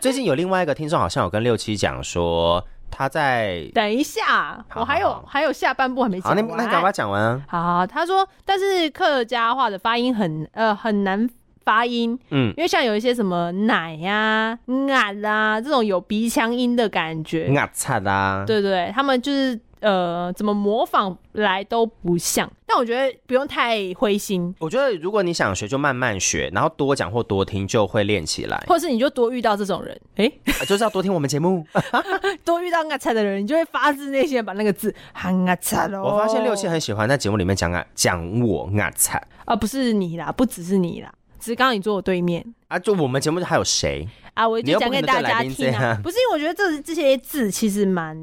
Speaker 1: 最近有另外一个听众好像有跟六七讲说他在，
Speaker 3: 等一下，
Speaker 1: 好
Speaker 3: 我还有
Speaker 1: 好好
Speaker 3: 还有下半部还没讲
Speaker 1: 好，那
Speaker 3: 完。
Speaker 1: 那赶快讲完啊。
Speaker 3: 好好，他说，但是客家话的发音很呃很难发音，
Speaker 1: 嗯，
Speaker 3: 因为像有一些什么奶呀、啊、啊这种有鼻腔音的感觉，
Speaker 1: 啊擦啦，
Speaker 3: 对对对，他们就是呃怎么模仿来都不像。但我觉得不用太灰心，
Speaker 1: 我觉得如果你想学，就慢慢学，然后多讲或多听，就会练 起来。
Speaker 3: 或者是你就多遇到这种人，诶、
Speaker 1: 啊就是要多听我们节目。
Speaker 3: 多遇到阿菜的人，你就会发自内心的把那个字哦喊阿菜喽。
Speaker 1: 我发现六七很喜欢在节目里面讲啊讲我啊擦
Speaker 3: 啊，不是你啦，不只是你啦，只是刚刚你坐我对面
Speaker 1: 啊，就我们节目还有谁？
Speaker 3: 啊，我
Speaker 1: 你
Speaker 3: 就
Speaker 1: 又不
Speaker 3: 讲给
Speaker 1: 能
Speaker 3: 大
Speaker 1: 对来
Speaker 3: 家
Speaker 1: 宾
Speaker 3: 听
Speaker 1: 这
Speaker 3: 啊
Speaker 1: 样。
Speaker 3: 不是，因为我觉得这这些字其实蛮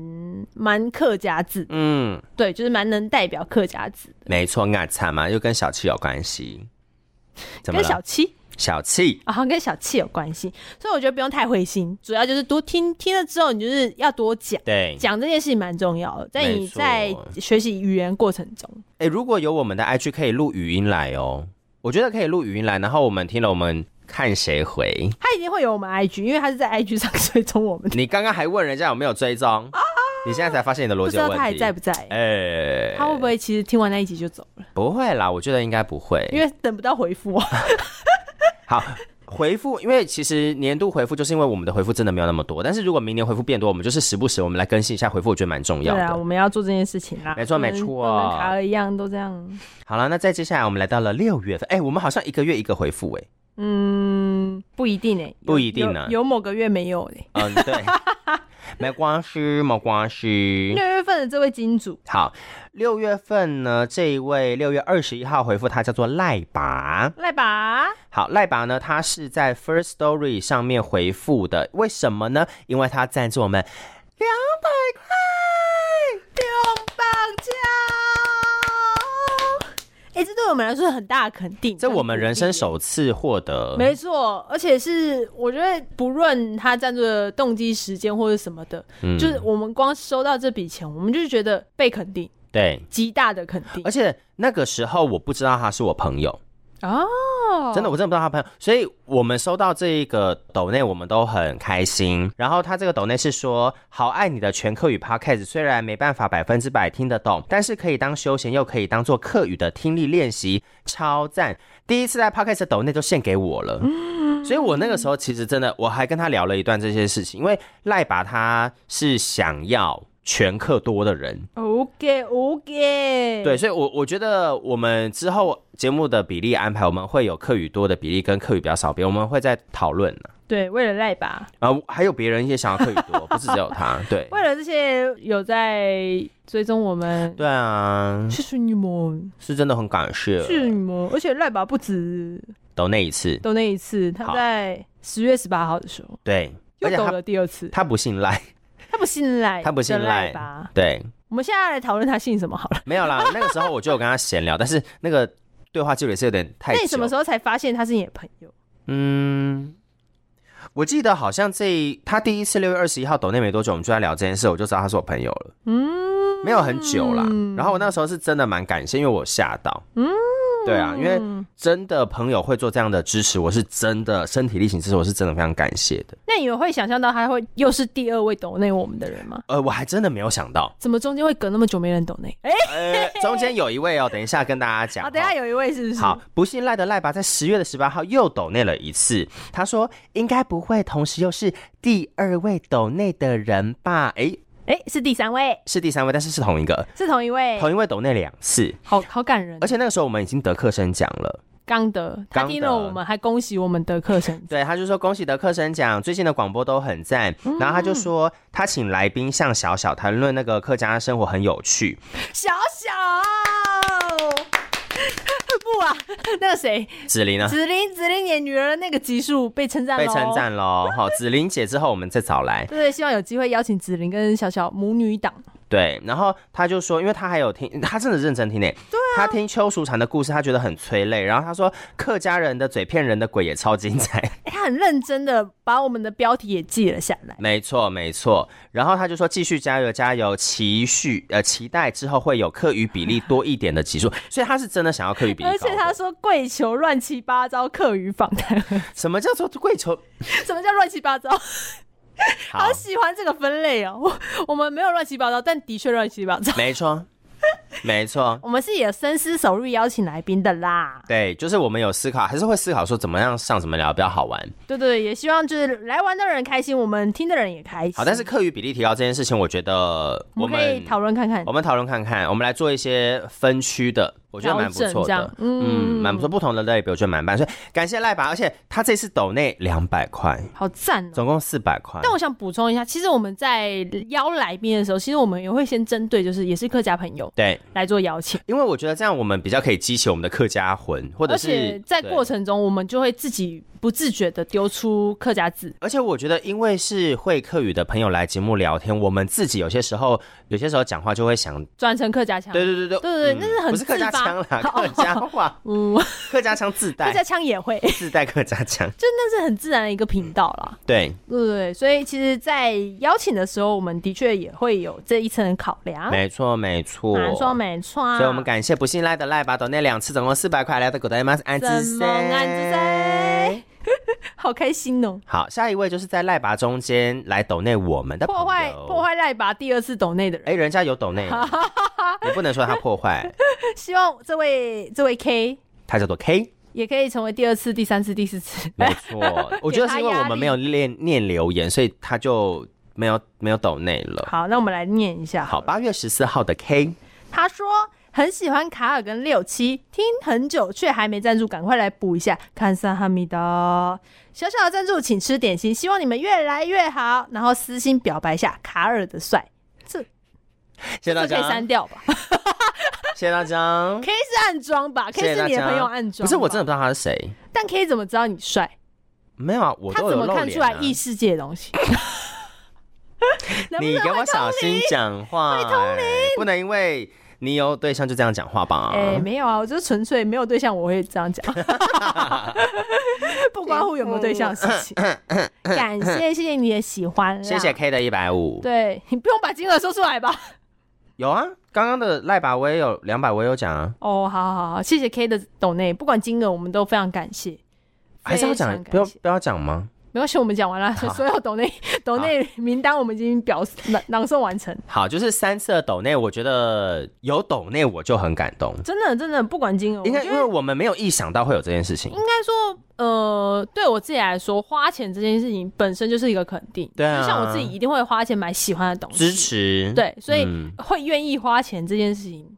Speaker 3: 蛮客家字，
Speaker 1: 嗯，
Speaker 3: 对，就是蛮能代表客家字，
Speaker 1: 没错，啊擦嘛，又跟小气有关系。怎么
Speaker 3: 跟
Speaker 1: 了？
Speaker 3: 小七
Speaker 1: 小气
Speaker 3: 啊，跟小气有关系，所以我觉得不用太灰心，主要就是多听，听了之后你就是要多讲。
Speaker 1: 对，
Speaker 3: 讲这件事情蛮重要的，在
Speaker 1: 没
Speaker 3: 你
Speaker 1: 错
Speaker 3: 在学习语言过程中，
Speaker 1: 哎、如果有我们的 IG 可以录语音来哦，我觉得可以录语音来，然后我们听了我们看谁回。
Speaker 3: 他一定会有我们 IG，因为他是在 IG 上 追踪我们的，
Speaker 1: 你刚刚还问人家有没有追踪，你现在才发现你的逻
Speaker 3: 啊不
Speaker 1: 辑
Speaker 3: 知
Speaker 1: 有
Speaker 3: 道
Speaker 1: 问
Speaker 3: 他还
Speaker 1: 题。
Speaker 3: 在不在、
Speaker 1: 哎、
Speaker 3: 他会不会其实听完那一集就走了？
Speaker 1: 不会啦，我觉得应该不会。
Speaker 3: 因为等不到回复、啊。
Speaker 1: 好回复，因为其实年度回复就是因为我们的回复真的没有那么多，但是如果明年回复变多，我们就是时不时我们来更新一下回复，我觉得蛮重
Speaker 3: 对
Speaker 1: 要
Speaker 3: 啊，我
Speaker 1: 的。
Speaker 3: 们要做这件事情啦。
Speaker 1: 没错
Speaker 3: 不能
Speaker 1: 没错
Speaker 3: 不能卡尔一样都这样。
Speaker 1: 好了，那再接下来我们来到了六月份，哎、我们好像一个月一个回复、哎，
Speaker 3: 嗯，不一定哎、有
Speaker 1: 不一定啊
Speaker 3: 有有某个月没有哎、
Speaker 1: 嗯，对， 没关系，没关系。
Speaker 3: 六月份的这位金主，
Speaker 1: 好，六月份呢，这一位六月二十一号回复他叫做赖拔。
Speaker 3: 赖吧，
Speaker 1: 好，赖拔呢，他是在 First Story 上面回复的，为什么呢？因为他赞助
Speaker 3: 哎
Speaker 1: 我们两百块，
Speaker 3: 两棒枪。对我们来说是很大的肯定。
Speaker 1: 这我们人生首次获得，
Speaker 3: 没错，而且是我觉得不论他赞助的动机、时间或者什么的，
Speaker 1: 嗯
Speaker 3: 就是我们光收到这笔钱，我们就觉得被肯定，
Speaker 1: 对。
Speaker 3: 极大的肯定
Speaker 1: 而且那个时候我不知道他是我朋友，
Speaker 3: 哦，
Speaker 1: 真的，我真的不知道他朋友，所以我们收到这一个抖内，我们都很开心。然后他这个抖内是说，好爱你的全课语 podcast，虽然没办法百分之百听得懂，但是可以当休闲，又可以当做课语的听力练习，超赞！第一次在 podcast 的抖内就献给我了，所以我那个时候其实真的，我还跟他聊了一段这些事情，因为赖拔他是想要全课多的人，
Speaker 3: OK OK，
Speaker 1: 对，，所以我，我觉得我们之后节目的比例安排，我们会有课语多的比例跟课语比较少比，我们会再讨论呢。
Speaker 3: 对，为了赖吧，
Speaker 1: 啊、还有别人也想要课语多，不是只有他。对，
Speaker 3: 为了这些有在追踪我们，
Speaker 1: 对啊，
Speaker 3: 谢谢你们，
Speaker 1: 是真的很感谢
Speaker 3: 谢谢你们，而且赖吧不止
Speaker 1: 抖那一次，
Speaker 3: 都那一次，他
Speaker 1: 好
Speaker 3: 在十月十八号的时候
Speaker 1: 对，
Speaker 3: 又
Speaker 1: 而且
Speaker 3: 抖
Speaker 1: 他
Speaker 3: 了第二次，
Speaker 1: 他不信赖，
Speaker 3: 他不信赖，
Speaker 1: 他不信赖
Speaker 3: 吧？
Speaker 1: 对，
Speaker 3: 我们现在来讨论他姓什么好了。
Speaker 1: 没有啦。那个时候我就有跟他闲聊，但是那个对话记录也是有点太
Speaker 3: 那
Speaker 1: 久。
Speaker 3: 你什么时候才发现他是你的朋友？
Speaker 1: 嗯，我记得好像这一他第一次六月二十一号抖内没多久，我们就在聊这件事，我就知道他是我朋友了。嗯，没有很久啦。然后我那时候是真的蛮感谢，因为我吓到。嗯，对啊，因为真的朋友会做这样的支持，我是真的身体力行支持，我是真的非常感谢的。
Speaker 3: 那你们会想象到他会又是第二位抖内我们的人吗？
Speaker 1: 呃，我还真的没有想到，
Speaker 3: 怎么中间会隔那么久没人抖内？哎、
Speaker 1: 呃，中间有一位哦，等一下跟大家讲哦。
Speaker 3: 好，等一下有一位是不是？
Speaker 1: 好，，不信赖的赖吧，在十月的十八号又抖内了一次。他说应该不会，同时又是第二位抖内的人吧？诶，
Speaker 3: 哎、是第三位，
Speaker 1: 是第三位，但是是同一个，
Speaker 3: 是同一位，
Speaker 1: 同一位抖内两次。
Speaker 3: 好好感人
Speaker 1: 而。且那个时候我们已经得克生奖了，
Speaker 3: 刚德，他
Speaker 1: 刚
Speaker 3: 听
Speaker 1: 德
Speaker 3: 了我们，还恭喜我们得克神。
Speaker 1: 对，他就说恭喜得克生奖，最近的广播都很赞。然后他就说他请来宾向小小谈论那个客家生活很有趣，
Speaker 3: 小小， 不啊，那个谁，
Speaker 1: 子琳呢
Speaker 3: 紫琳，紫琳演女儿的那个集数被称赞，
Speaker 1: 啊
Speaker 3: 哦
Speaker 1: 被称。赞喽。好，子琳姐之后我们再找来。
Speaker 3: 对，希望有机会邀请紫琳跟小小母女档。
Speaker 1: 对，然后他就说，因为他还有听，他真的认真听呢。对、
Speaker 3: 啊
Speaker 1: 他听邱淑婵的故事，他觉得很催泪。然后他说，客家人的嘴骗人的鬼也超精彩。
Speaker 3: 哎他很认真的把我们的标题也记了下来。
Speaker 1: 没错，没错。然后他就说继续加油，加油，期许呃期待之后会有课余比例多一点的集数，所以他是真的想要课余比例
Speaker 3: 而
Speaker 1: 高
Speaker 3: 且他
Speaker 1: 的。
Speaker 3: 说跪求乱七八糟课余访谈，
Speaker 1: 什么叫做跪求？
Speaker 3: 什么叫乱七八糟？
Speaker 1: 好
Speaker 3: 好，喜欢这个分类哦。 我我们没有乱七八糟，但的确乱七 八糟。
Speaker 1: 没错，没错，
Speaker 3: 我们是也深思熟虑邀请来宾的啦。
Speaker 1: 对，就是我们有思考，还是会思考说怎么样上怎么聊比较好玩。
Speaker 3: 对对，也希望就是来玩的人开心，我们听的人也开心。
Speaker 1: 好，但是课余比例提高这件事情，我觉得
Speaker 3: 我
Speaker 1: 我
Speaker 3: 们可以
Speaker 1: 们
Speaker 3: 讨论看看
Speaker 1: 我。们讨论看看，我们来做一些分区的，我觉得蛮不
Speaker 3: 调整
Speaker 1: 错
Speaker 3: 这样
Speaker 1: 的，嗯，蛮不错，不同的类别我觉得蛮棒，所以感谢赖吧，而且他这次抖内两百块，
Speaker 3: 好赞哦！
Speaker 1: 总共四百块。
Speaker 3: 但我想补充一下，其实我们在邀来宾的时候，其实我们也会先针对就是也是客家朋友
Speaker 1: 对，
Speaker 3: 来做邀请，
Speaker 1: 因为我觉得这样我们比较可以激起我们的客家魂，或者
Speaker 3: 而
Speaker 1: 是
Speaker 3: 且在过，
Speaker 1: 对
Speaker 3: 程中我们就会自己不自觉的丢出客家字。
Speaker 1: 而且我觉得因为是会客语的朋友来节目聊天，我们自己有些时候有些时候讲话就会想，
Speaker 3: 转成客家腔。
Speaker 1: 对对对对
Speaker 3: 对对那是很
Speaker 1: 不是客家
Speaker 3: 自发
Speaker 1: 腔啦，
Speaker 3: 哦
Speaker 1: 客家话，
Speaker 3: 嗯，
Speaker 1: 客家腔自
Speaker 3: 客家
Speaker 1: 带
Speaker 3: 腔也会， 就
Speaker 1: 自带客家腔，
Speaker 3: 那是很自然的一个频道啦。
Speaker 1: 对，
Speaker 3: 对对对，所以其实，在邀请的时候，我们的确也会有这一层的考量。
Speaker 1: 没错没错，
Speaker 3: 没错，没错。啊
Speaker 1: 所以我们感谢不信赖的赖吧，抖那两次，总共四百块，来的古代妈安之
Speaker 3: 怎么安之
Speaker 1: 森
Speaker 3: 森。好开心哦！
Speaker 1: 好，下一位就是在赖吧中间来抖内我们的朋友
Speaker 3: 破坏破坏赖拔第二次抖内的人，
Speaker 1: 哎、人家有抖 内，你不能说他破坏，
Speaker 3: 希望这位这位 K
Speaker 1: 他叫做 K，
Speaker 3: 也可以成为第二次、第三次、第四次。
Speaker 1: 没错。 我觉得是因为我们没有念念留言，所以他就没有没有抖内了。
Speaker 3: 好，那我们来念一下。
Speaker 1: 好，，八月十四号的 K，
Speaker 3: 他说很喜欢卡尔跟六七，听很久却还没赞助，赶快来补一下。看萨哈米的小小的赞助，请吃点心，希望你们越来越好。然后私信表白一下卡尔的帅，这
Speaker 1: 谢谢
Speaker 3: 这
Speaker 1: 大
Speaker 3: 可以
Speaker 1: 家，
Speaker 3: 删掉 吧
Speaker 1: 谢谢大家。
Speaker 3: ？K 是暗装吧
Speaker 1: 谢
Speaker 3: ？K
Speaker 1: 谢
Speaker 3: 是
Speaker 1: 大
Speaker 3: 你的
Speaker 1: 家。
Speaker 3: 朋友暗装吧，
Speaker 1: 不是我真的不知道他是谁，
Speaker 3: 但 K 怎么知道你帅？
Speaker 1: 没有啊，我
Speaker 3: 他
Speaker 1: 都
Speaker 3: 怎
Speaker 1: 有
Speaker 3: 么
Speaker 1: 露
Speaker 3: 看出来
Speaker 1: 脸啊
Speaker 3: 异世界的 东西？能不
Speaker 1: 你
Speaker 3: 能
Speaker 1: 给
Speaker 3: 会
Speaker 1: 我
Speaker 3: 通
Speaker 1: 小心
Speaker 3: 灵
Speaker 1: 讲话、哎不能因为你有对象就这样讲话吧。
Speaker 3: 哎、没有啊，我就是纯粹没有对象，我会这 样讲，不关乎有没有对象的事 情。感谢，谢谢你的喜欢啦，
Speaker 1: 谢谢 K 的一百五，
Speaker 3: 对你不用把金额说出来吧？
Speaker 1: 有啊，刚刚的赖把我也有两百，我也有讲啊，
Speaker 3: 哦，好好好，谢谢 K 的抖内，不管金额，我们都非常感谢。
Speaker 1: 还是要
Speaker 3: 非
Speaker 1: 讲，
Speaker 3: 常感
Speaker 1: 不要
Speaker 3: 谢
Speaker 1: 不要讲吗？
Speaker 3: 没关系，我们讲完了，
Speaker 1: 好
Speaker 3: 所有抖内抖内名单我们已经表朗朗诵完成。
Speaker 1: 好，就是三次的抖内，我觉得有抖内我就很感动，
Speaker 3: 真的，真的，不管金额，
Speaker 1: 应
Speaker 3: 哦我
Speaker 1: 该
Speaker 3: 觉
Speaker 1: 因
Speaker 3: 得
Speaker 1: 为我们没有意想到会有这件事情
Speaker 3: 应。该说，呃，对我自己来说，花钱这件事情本身就是一个肯定。
Speaker 1: 对啊
Speaker 3: 就像我自己一定会花钱买喜欢的东西，
Speaker 1: 支。持，
Speaker 3: 对，所以
Speaker 1: 嗯
Speaker 3: 会愿意花钱这件事情，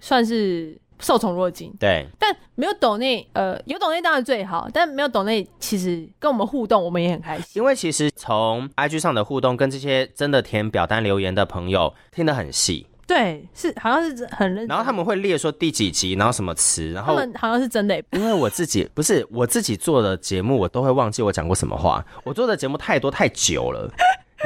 Speaker 3: 算是受宠若惊。
Speaker 1: 对
Speaker 3: 但没有抖内，呃，有抖内当然最好，但没有抖内，其实跟我们互动，我们也很开心。
Speaker 1: 因为其实从 IG 上的互动跟这些真的填表单留言的朋友听得很细，
Speaker 3: 对，是好像是很认真，
Speaker 1: 然后他们会列说第几集，然后什么词，然
Speaker 3: 他
Speaker 1: 后嗯
Speaker 3: 们好像是真的、
Speaker 1: 因为我自己不是我自己做的节目，我都会忘记我讲过什么话。我做的节目太多太久 了，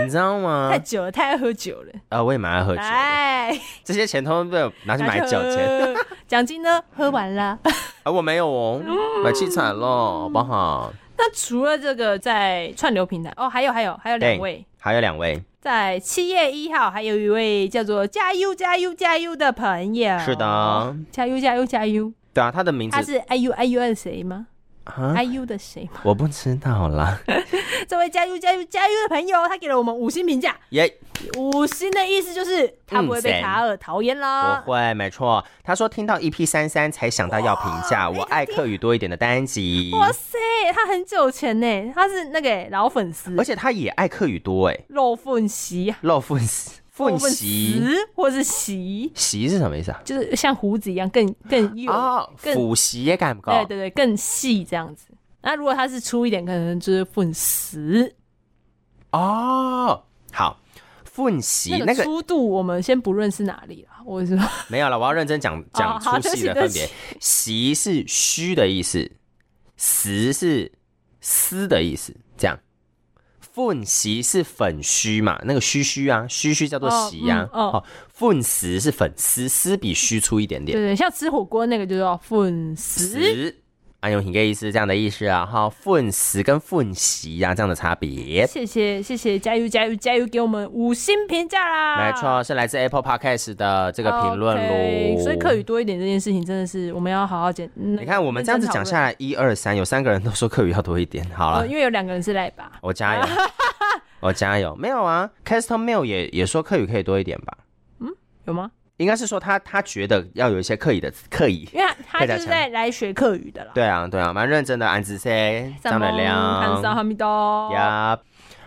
Speaker 1: 你知道吗
Speaker 3: 太？久了，太爱喝酒了，
Speaker 1: 呃，我也蛮爱喝酒的，
Speaker 3: 哎，
Speaker 1: 这些钱通通被我拿去买
Speaker 3: 拿去
Speaker 1: 酒钱，
Speaker 3: 喝，奖金呢？喝完了。
Speaker 1: 而我没有哦，
Speaker 3: 嗯
Speaker 1: 买器材了，好不好？
Speaker 3: 那除了这个在串流平台哦，还有还有还有两位，
Speaker 1: 还有两位，
Speaker 3: 在七月一号还有一位叫做加油加油加油的朋友，
Speaker 1: 是的，
Speaker 3: 加油加油加油，
Speaker 1: 对啊，他的名
Speaker 3: 哦他
Speaker 1: 字
Speaker 3: 是 I U I U 的谁吗
Speaker 1: 啊，
Speaker 3: ？I U 的谁吗？
Speaker 1: 我不知道 啦，
Speaker 3: 这位加油加油加油的朋友，他给了我们五星评价，
Speaker 1: 耶、
Speaker 3: 五星的意思就是他不会被
Speaker 1: 嗯
Speaker 3: 卡尔讨厌啦
Speaker 1: 不。会，没错。他说听到 EP 三三才想到要评
Speaker 3: 哦
Speaker 1: 价，我爱课语多一点的单集，
Speaker 3: 哇塞，他很久前呢，他是那个老粉丝
Speaker 1: 而，且他也爱课语多哎，
Speaker 3: 肉粉席，
Speaker 1: 漏粉丝粉席
Speaker 3: 丝或是席，
Speaker 1: 席是什么意思啊？
Speaker 3: 就是像胡子一样更更幼
Speaker 1: 哦，
Speaker 3: 更
Speaker 1: 腐席也感觉
Speaker 3: 对对对，更细这样子。那如果它是粗一点，可能就是粉丝。
Speaker 1: 哦，好。粉席那个
Speaker 3: 粗度，我们先不论是哪里啦。我是 说，
Speaker 1: 没有了，我要认真讲讲
Speaker 3: 哦好
Speaker 1: 粗细的
Speaker 3: 对
Speaker 1: 分
Speaker 3: 不起
Speaker 1: 别。席是虚的意思，实是丝的意思，这样。粉席是粉须嘛，那个须须啊，须须叫做
Speaker 3: 哦
Speaker 1: 席呀、
Speaker 3: 嗯哦
Speaker 1: 哦，粉丝是粉丝，丝比须粗一点
Speaker 3: 对
Speaker 1: 点。
Speaker 3: 对，像吃火锅那个就叫粉丝。
Speaker 1: 丝，安啊永你个意思这样的意思啊，哈，粉丝跟粉席呀、这样的差别。
Speaker 3: 谢谢谢谢，加油加油加油，给我们五星评价啦！
Speaker 1: 没错，是来自 Apple Podcast 的这
Speaker 3: 这
Speaker 1: 个评论喽。
Speaker 3: 所以课语多一点这件事情，真的是我们要好好检。你
Speaker 1: 你看我们这样子讲下
Speaker 3: 来，
Speaker 1: 来，一二三，有三个人都说课语要多一点。好了
Speaker 3: 呃，因为有两个人是来吧。
Speaker 1: 我 加油，我加油。没有啊，Custom Mail 也也说课语可以多一点吧？
Speaker 3: 有吗？
Speaker 1: 应该是说他他觉得要有一些刻意的刻意。
Speaker 3: 因为他
Speaker 1: 大
Speaker 3: 他
Speaker 1: 家
Speaker 3: 就是
Speaker 1: 讲
Speaker 3: 在来学课语的啦。
Speaker 1: 对啊，对啊，蛮认真的。安子 C，张
Speaker 3: 德
Speaker 1: 乃
Speaker 3: 汉桑
Speaker 1: 亮，
Speaker 3: 哈密多，
Speaker 1: 呀。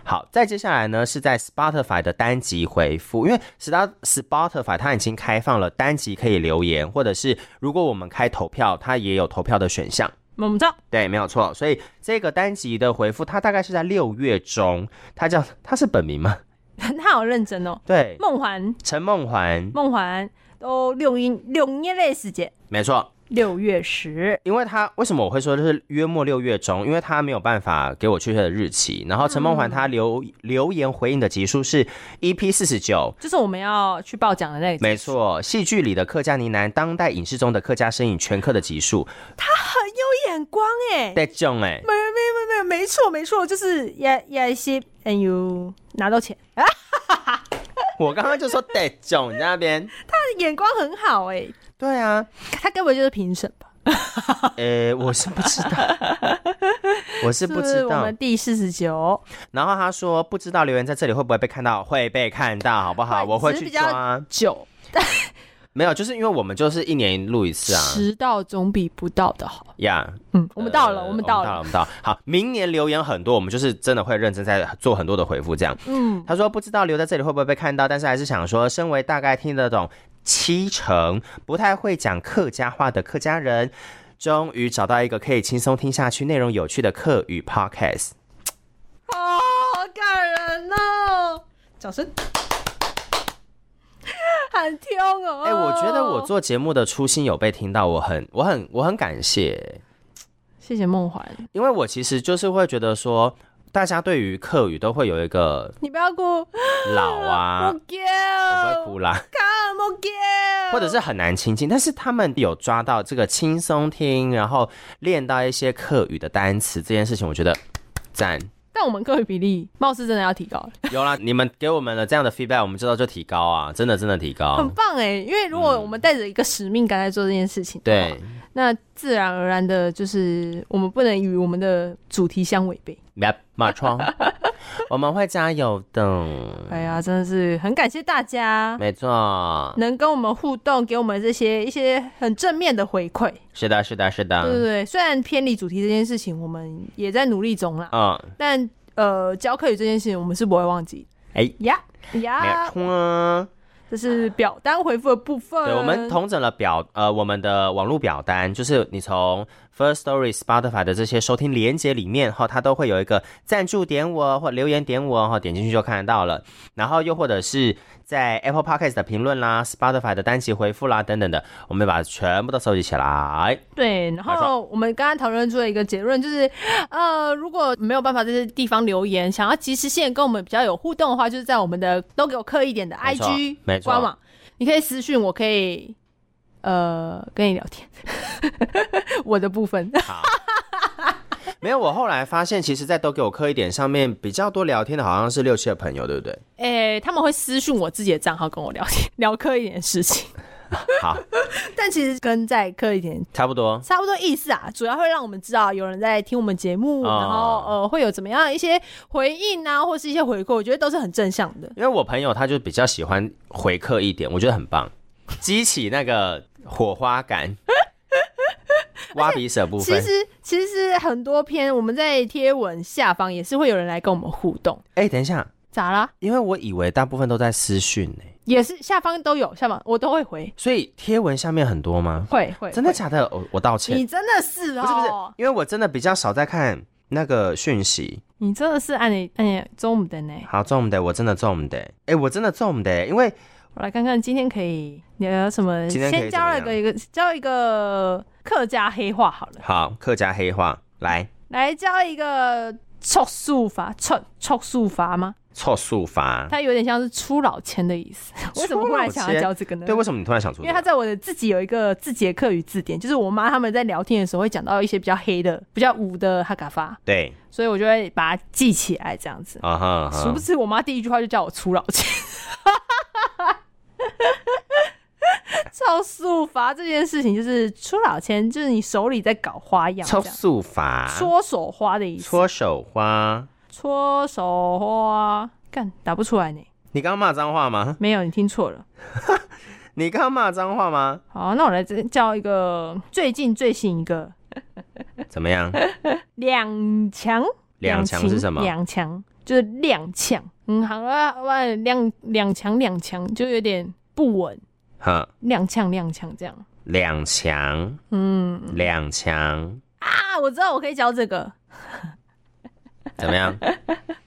Speaker 1: 好，再接下来呢是在 Spotify 的单集回复，因为 Star Spotify 它已经开放了单集可以留言，或者是如果我们开投票，它也有投票的选项。
Speaker 3: 我们知道
Speaker 1: 对，没有错。所以这个单集的回复，它大概是在六月中。它叫 它是本名吗？
Speaker 3: 他好认真哦。
Speaker 1: 对，
Speaker 3: 梦环
Speaker 1: 陈梦环，
Speaker 3: 梦环都六一六月的时间，
Speaker 1: 没错。
Speaker 3: 六月十。
Speaker 1: 因为他为什么我会说就是约莫六月中，因为他没有办法给我确切的日期。然后陈梦环他留、留言回应的集数是 EP 四十九，
Speaker 3: 就是我们要去报奖的那一集，
Speaker 1: 没错，戏剧里的客家呢喃，当代影视中的客家身影全刻的集数，
Speaker 3: 很有眼光哎、
Speaker 1: 在中哎、
Speaker 3: 没没没没没错没错，就是也也是 N U 拿到钱，
Speaker 1: 我刚刚就说在中你在那 边，
Speaker 3: 他的眼光很好哎、
Speaker 1: 对 啊，
Speaker 3: 他根本就是评审吧？
Speaker 1: 呃，我是不知道，我是不
Speaker 3: 是
Speaker 1: 知
Speaker 3: 我
Speaker 1: 道
Speaker 3: 们。第四十九，
Speaker 1: 然后他说不知道留言在这里会不会被看到，会被看到，好不 好？我会
Speaker 3: 只是
Speaker 1: 去
Speaker 3: 比较
Speaker 1: 抓。
Speaker 3: 九
Speaker 1: 没有，就是因为我们就是一年录一次啊。
Speaker 3: 迟到总比不到的好。
Speaker 1: 呀、
Speaker 3: 嗯，我们到了，
Speaker 1: 呃
Speaker 3: 我们到了，
Speaker 1: 我们到了，好，明年留言很多，我们就是真的会认真在做很多的回复。这样，
Speaker 3: 嗯，
Speaker 1: 他说不知道留在这里会不会被看到，但是还是想说，身为大概听得懂七成不太会讲客家话的客家人，终于找到一个可以轻松听下去、内容有趣的客语 podcast。
Speaker 3: 哦，好感人哦！掌声， 很听哦。
Speaker 1: 哎、我觉得我做节目的初心有被听到，我很、我很、我很感谢，
Speaker 3: 谢谢梦环，
Speaker 1: 因为我其实就是会觉得说。大家对于客语都会有一个
Speaker 3: 你不要哭，
Speaker 1: 老啊
Speaker 3: 我，g
Speaker 1: 我不会哭啦，
Speaker 3: ，come o g
Speaker 1: 或者是很难亲近，但是他们有抓到这个轻松听，然后练到一些客语的单词这件事情，我觉得赞。
Speaker 3: 但我们课语比例貌似真的要提高了，
Speaker 1: 有啦，你们给我们的这样的 feedback，我们知道就提高啊，真的真的提
Speaker 3: 很
Speaker 1: 高。
Speaker 3: 棒哎、因为如果我们带着一个使命感在做这件事情，
Speaker 1: 嗯对，，
Speaker 3: 那自然而然的就是我们不能与我们的主题相违背。
Speaker 1: 马马窗，我们会加油的，
Speaker 3: 哎呀，真的是很感谢大家
Speaker 1: 没错，
Speaker 3: 能跟我们互动，给我们这些一些很正面的回馈，
Speaker 1: 是的，是的，是
Speaker 3: 对对
Speaker 1: 的，
Speaker 3: 对。虽然偏离主题这件事情，我们也在努力中啦，
Speaker 1: 嗯，
Speaker 3: 但呃，教课语这件事情，我们是不会忘记
Speaker 1: 哎，
Speaker 3: 呀
Speaker 1: 没
Speaker 3: 呀。
Speaker 1: 错啊。
Speaker 3: 这是表单回复的部分。
Speaker 1: 对，我们统整了表呃我们的网络表单，就是你从 First Story、Spotify 的这些收听连接里面哈，它都会有一个赞助点我或留言点我哈，点进去就看得到了。然后又或者是在 Apple Podcast 的评论啦、Spotify 的单集回复啦等等的，我们把全部都收集起来。
Speaker 3: 对，然
Speaker 1: 没
Speaker 3: 后我们刚刚讨论出了一个结论，就是呃，如果没有办法在这地方留言，想要及时性跟我们比较有互动的话，就是在我们的都给我刻一点的
Speaker 1: 没错
Speaker 3: IG
Speaker 1: 没错
Speaker 3: 官网，你可以私讯我，可以呃跟你聊天， 我的部分
Speaker 1: 没有，我后来发现，其实，在都给我磕一点上面比较多聊天的，好像是六七的朋友，对不对？
Speaker 3: 哎、他们会私讯我自己的账号跟我聊天，聊刻一点的 事情，
Speaker 1: 好，
Speaker 3: 但其实跟在刻一点。
Speaker 1: 差不多。
Speaker 3: 差不多意思啊，主要会让我们知道有人在听我们节目，
Speaker 1: 哦
Speaker 3: 然后呃会有怎么样一些回应啊，或是一些回馈，我觉得都是很正向的。
Speaker 1: 因为我朋友他就比较喜欢回客一点，我觉得很棒，激起那个火花 感，挖鼻屎的部
Speaker 3: 其
Speaker 1: 分。
Speaker 3: 实其实很多篇我们在贴文下方也是会有人来跟我们互动，
Speaker 1: 哎、等一下，
Speaker 3: 咋啦？
Speaker 1: 因为我以为大部分都在私讯呢、
Speaker 3: 也是下方都有，下方我都会回，
Speaker 1: 所以贴文下面很多吗？
Speaker 3: 会会
Speaker 1: 真的
Speaker 3: 会
Speaker 1: 假的？我我道歉，
Speaker 3: 你真的是
Speaker 1: 不是不是
Speaker 3: 哦，，
Speaker 1: 因为我真的比较少在看那个讯息。
Speaker 3: 你真的是按你按你中午的呢。
Speaker 1: 好中的，我真的中的，哎、我真的中的，因为
Speaker 3: 我来看看今天可以聊聊什么，
Speaker 1: 今天可以
Speaker 3: 先教了
Speaker 1: 怎么
Speaker 3: 个一个教一个客家黑话好了，
Speaker 1: 好客家黑话来
Speaker 3: 来教一个凑数法，凑凑数法吗？
Speaker 1: 凑数法，
Speaker 3: 它有点像是初老千的意思。为什么忽然想
Speaker 1: 初老
Speaker 3: 要
Speaker 1: 千
Speaker 3: 教这个呢？
Speaker 1: 对，为什么你突然想出、
Speaker 3: 因
Speaker 1: 这
Speaker 3: 为
Speaker 1: 个
Speaker 3: 他在我的自己有一个字节课语字典，就是我妈他们在聊天的时候会讲到一些比较黑的、比较无的哈嘎发，
Speaker 1: 对，
Speaker 3: 所以我就会把它记起来这样子。
Speaker 1: 啊哈啊
Speaker 3: 殊
Speaker 1: 哈
Speaker 3: 不，知我妈第一句话就叫我出老千， 超速罚这件事情就是出老千，就是你手里在搞花样这
Speaker 1: 凑
Speaker 3: 样。
Speaker 1: 数法，
Speaker 3: 搓手花的意思，
Speaker 1: 搓手花。
Speaker 3: 搓手花，干打不出来呢？
Speaker 1: 你刚刚骂脏话吗？
Speaker 3: 没有，你听错了。
Speaker 1: 你刚刚骂脏话 吗？
Speaker 3: 好，那我来这叫一个最近最新一个
Speaker 1: 怎么样？
Speaker 3: 两强，
Speaker 1: 两强是什么
Speaker 3: 两强就是踉跄，嗯，好啊，哇，两两强两强就有点不稳，
Speaker 1: 哈，
Speaker 3: 踉跄踉跄这样。
Speaker 1: 两强，
Speaker 3: 嗯
Speaker 1: 两强，
Speaker 3: 啊，我知道我可以教这个
Speaker 1: 怎么 样？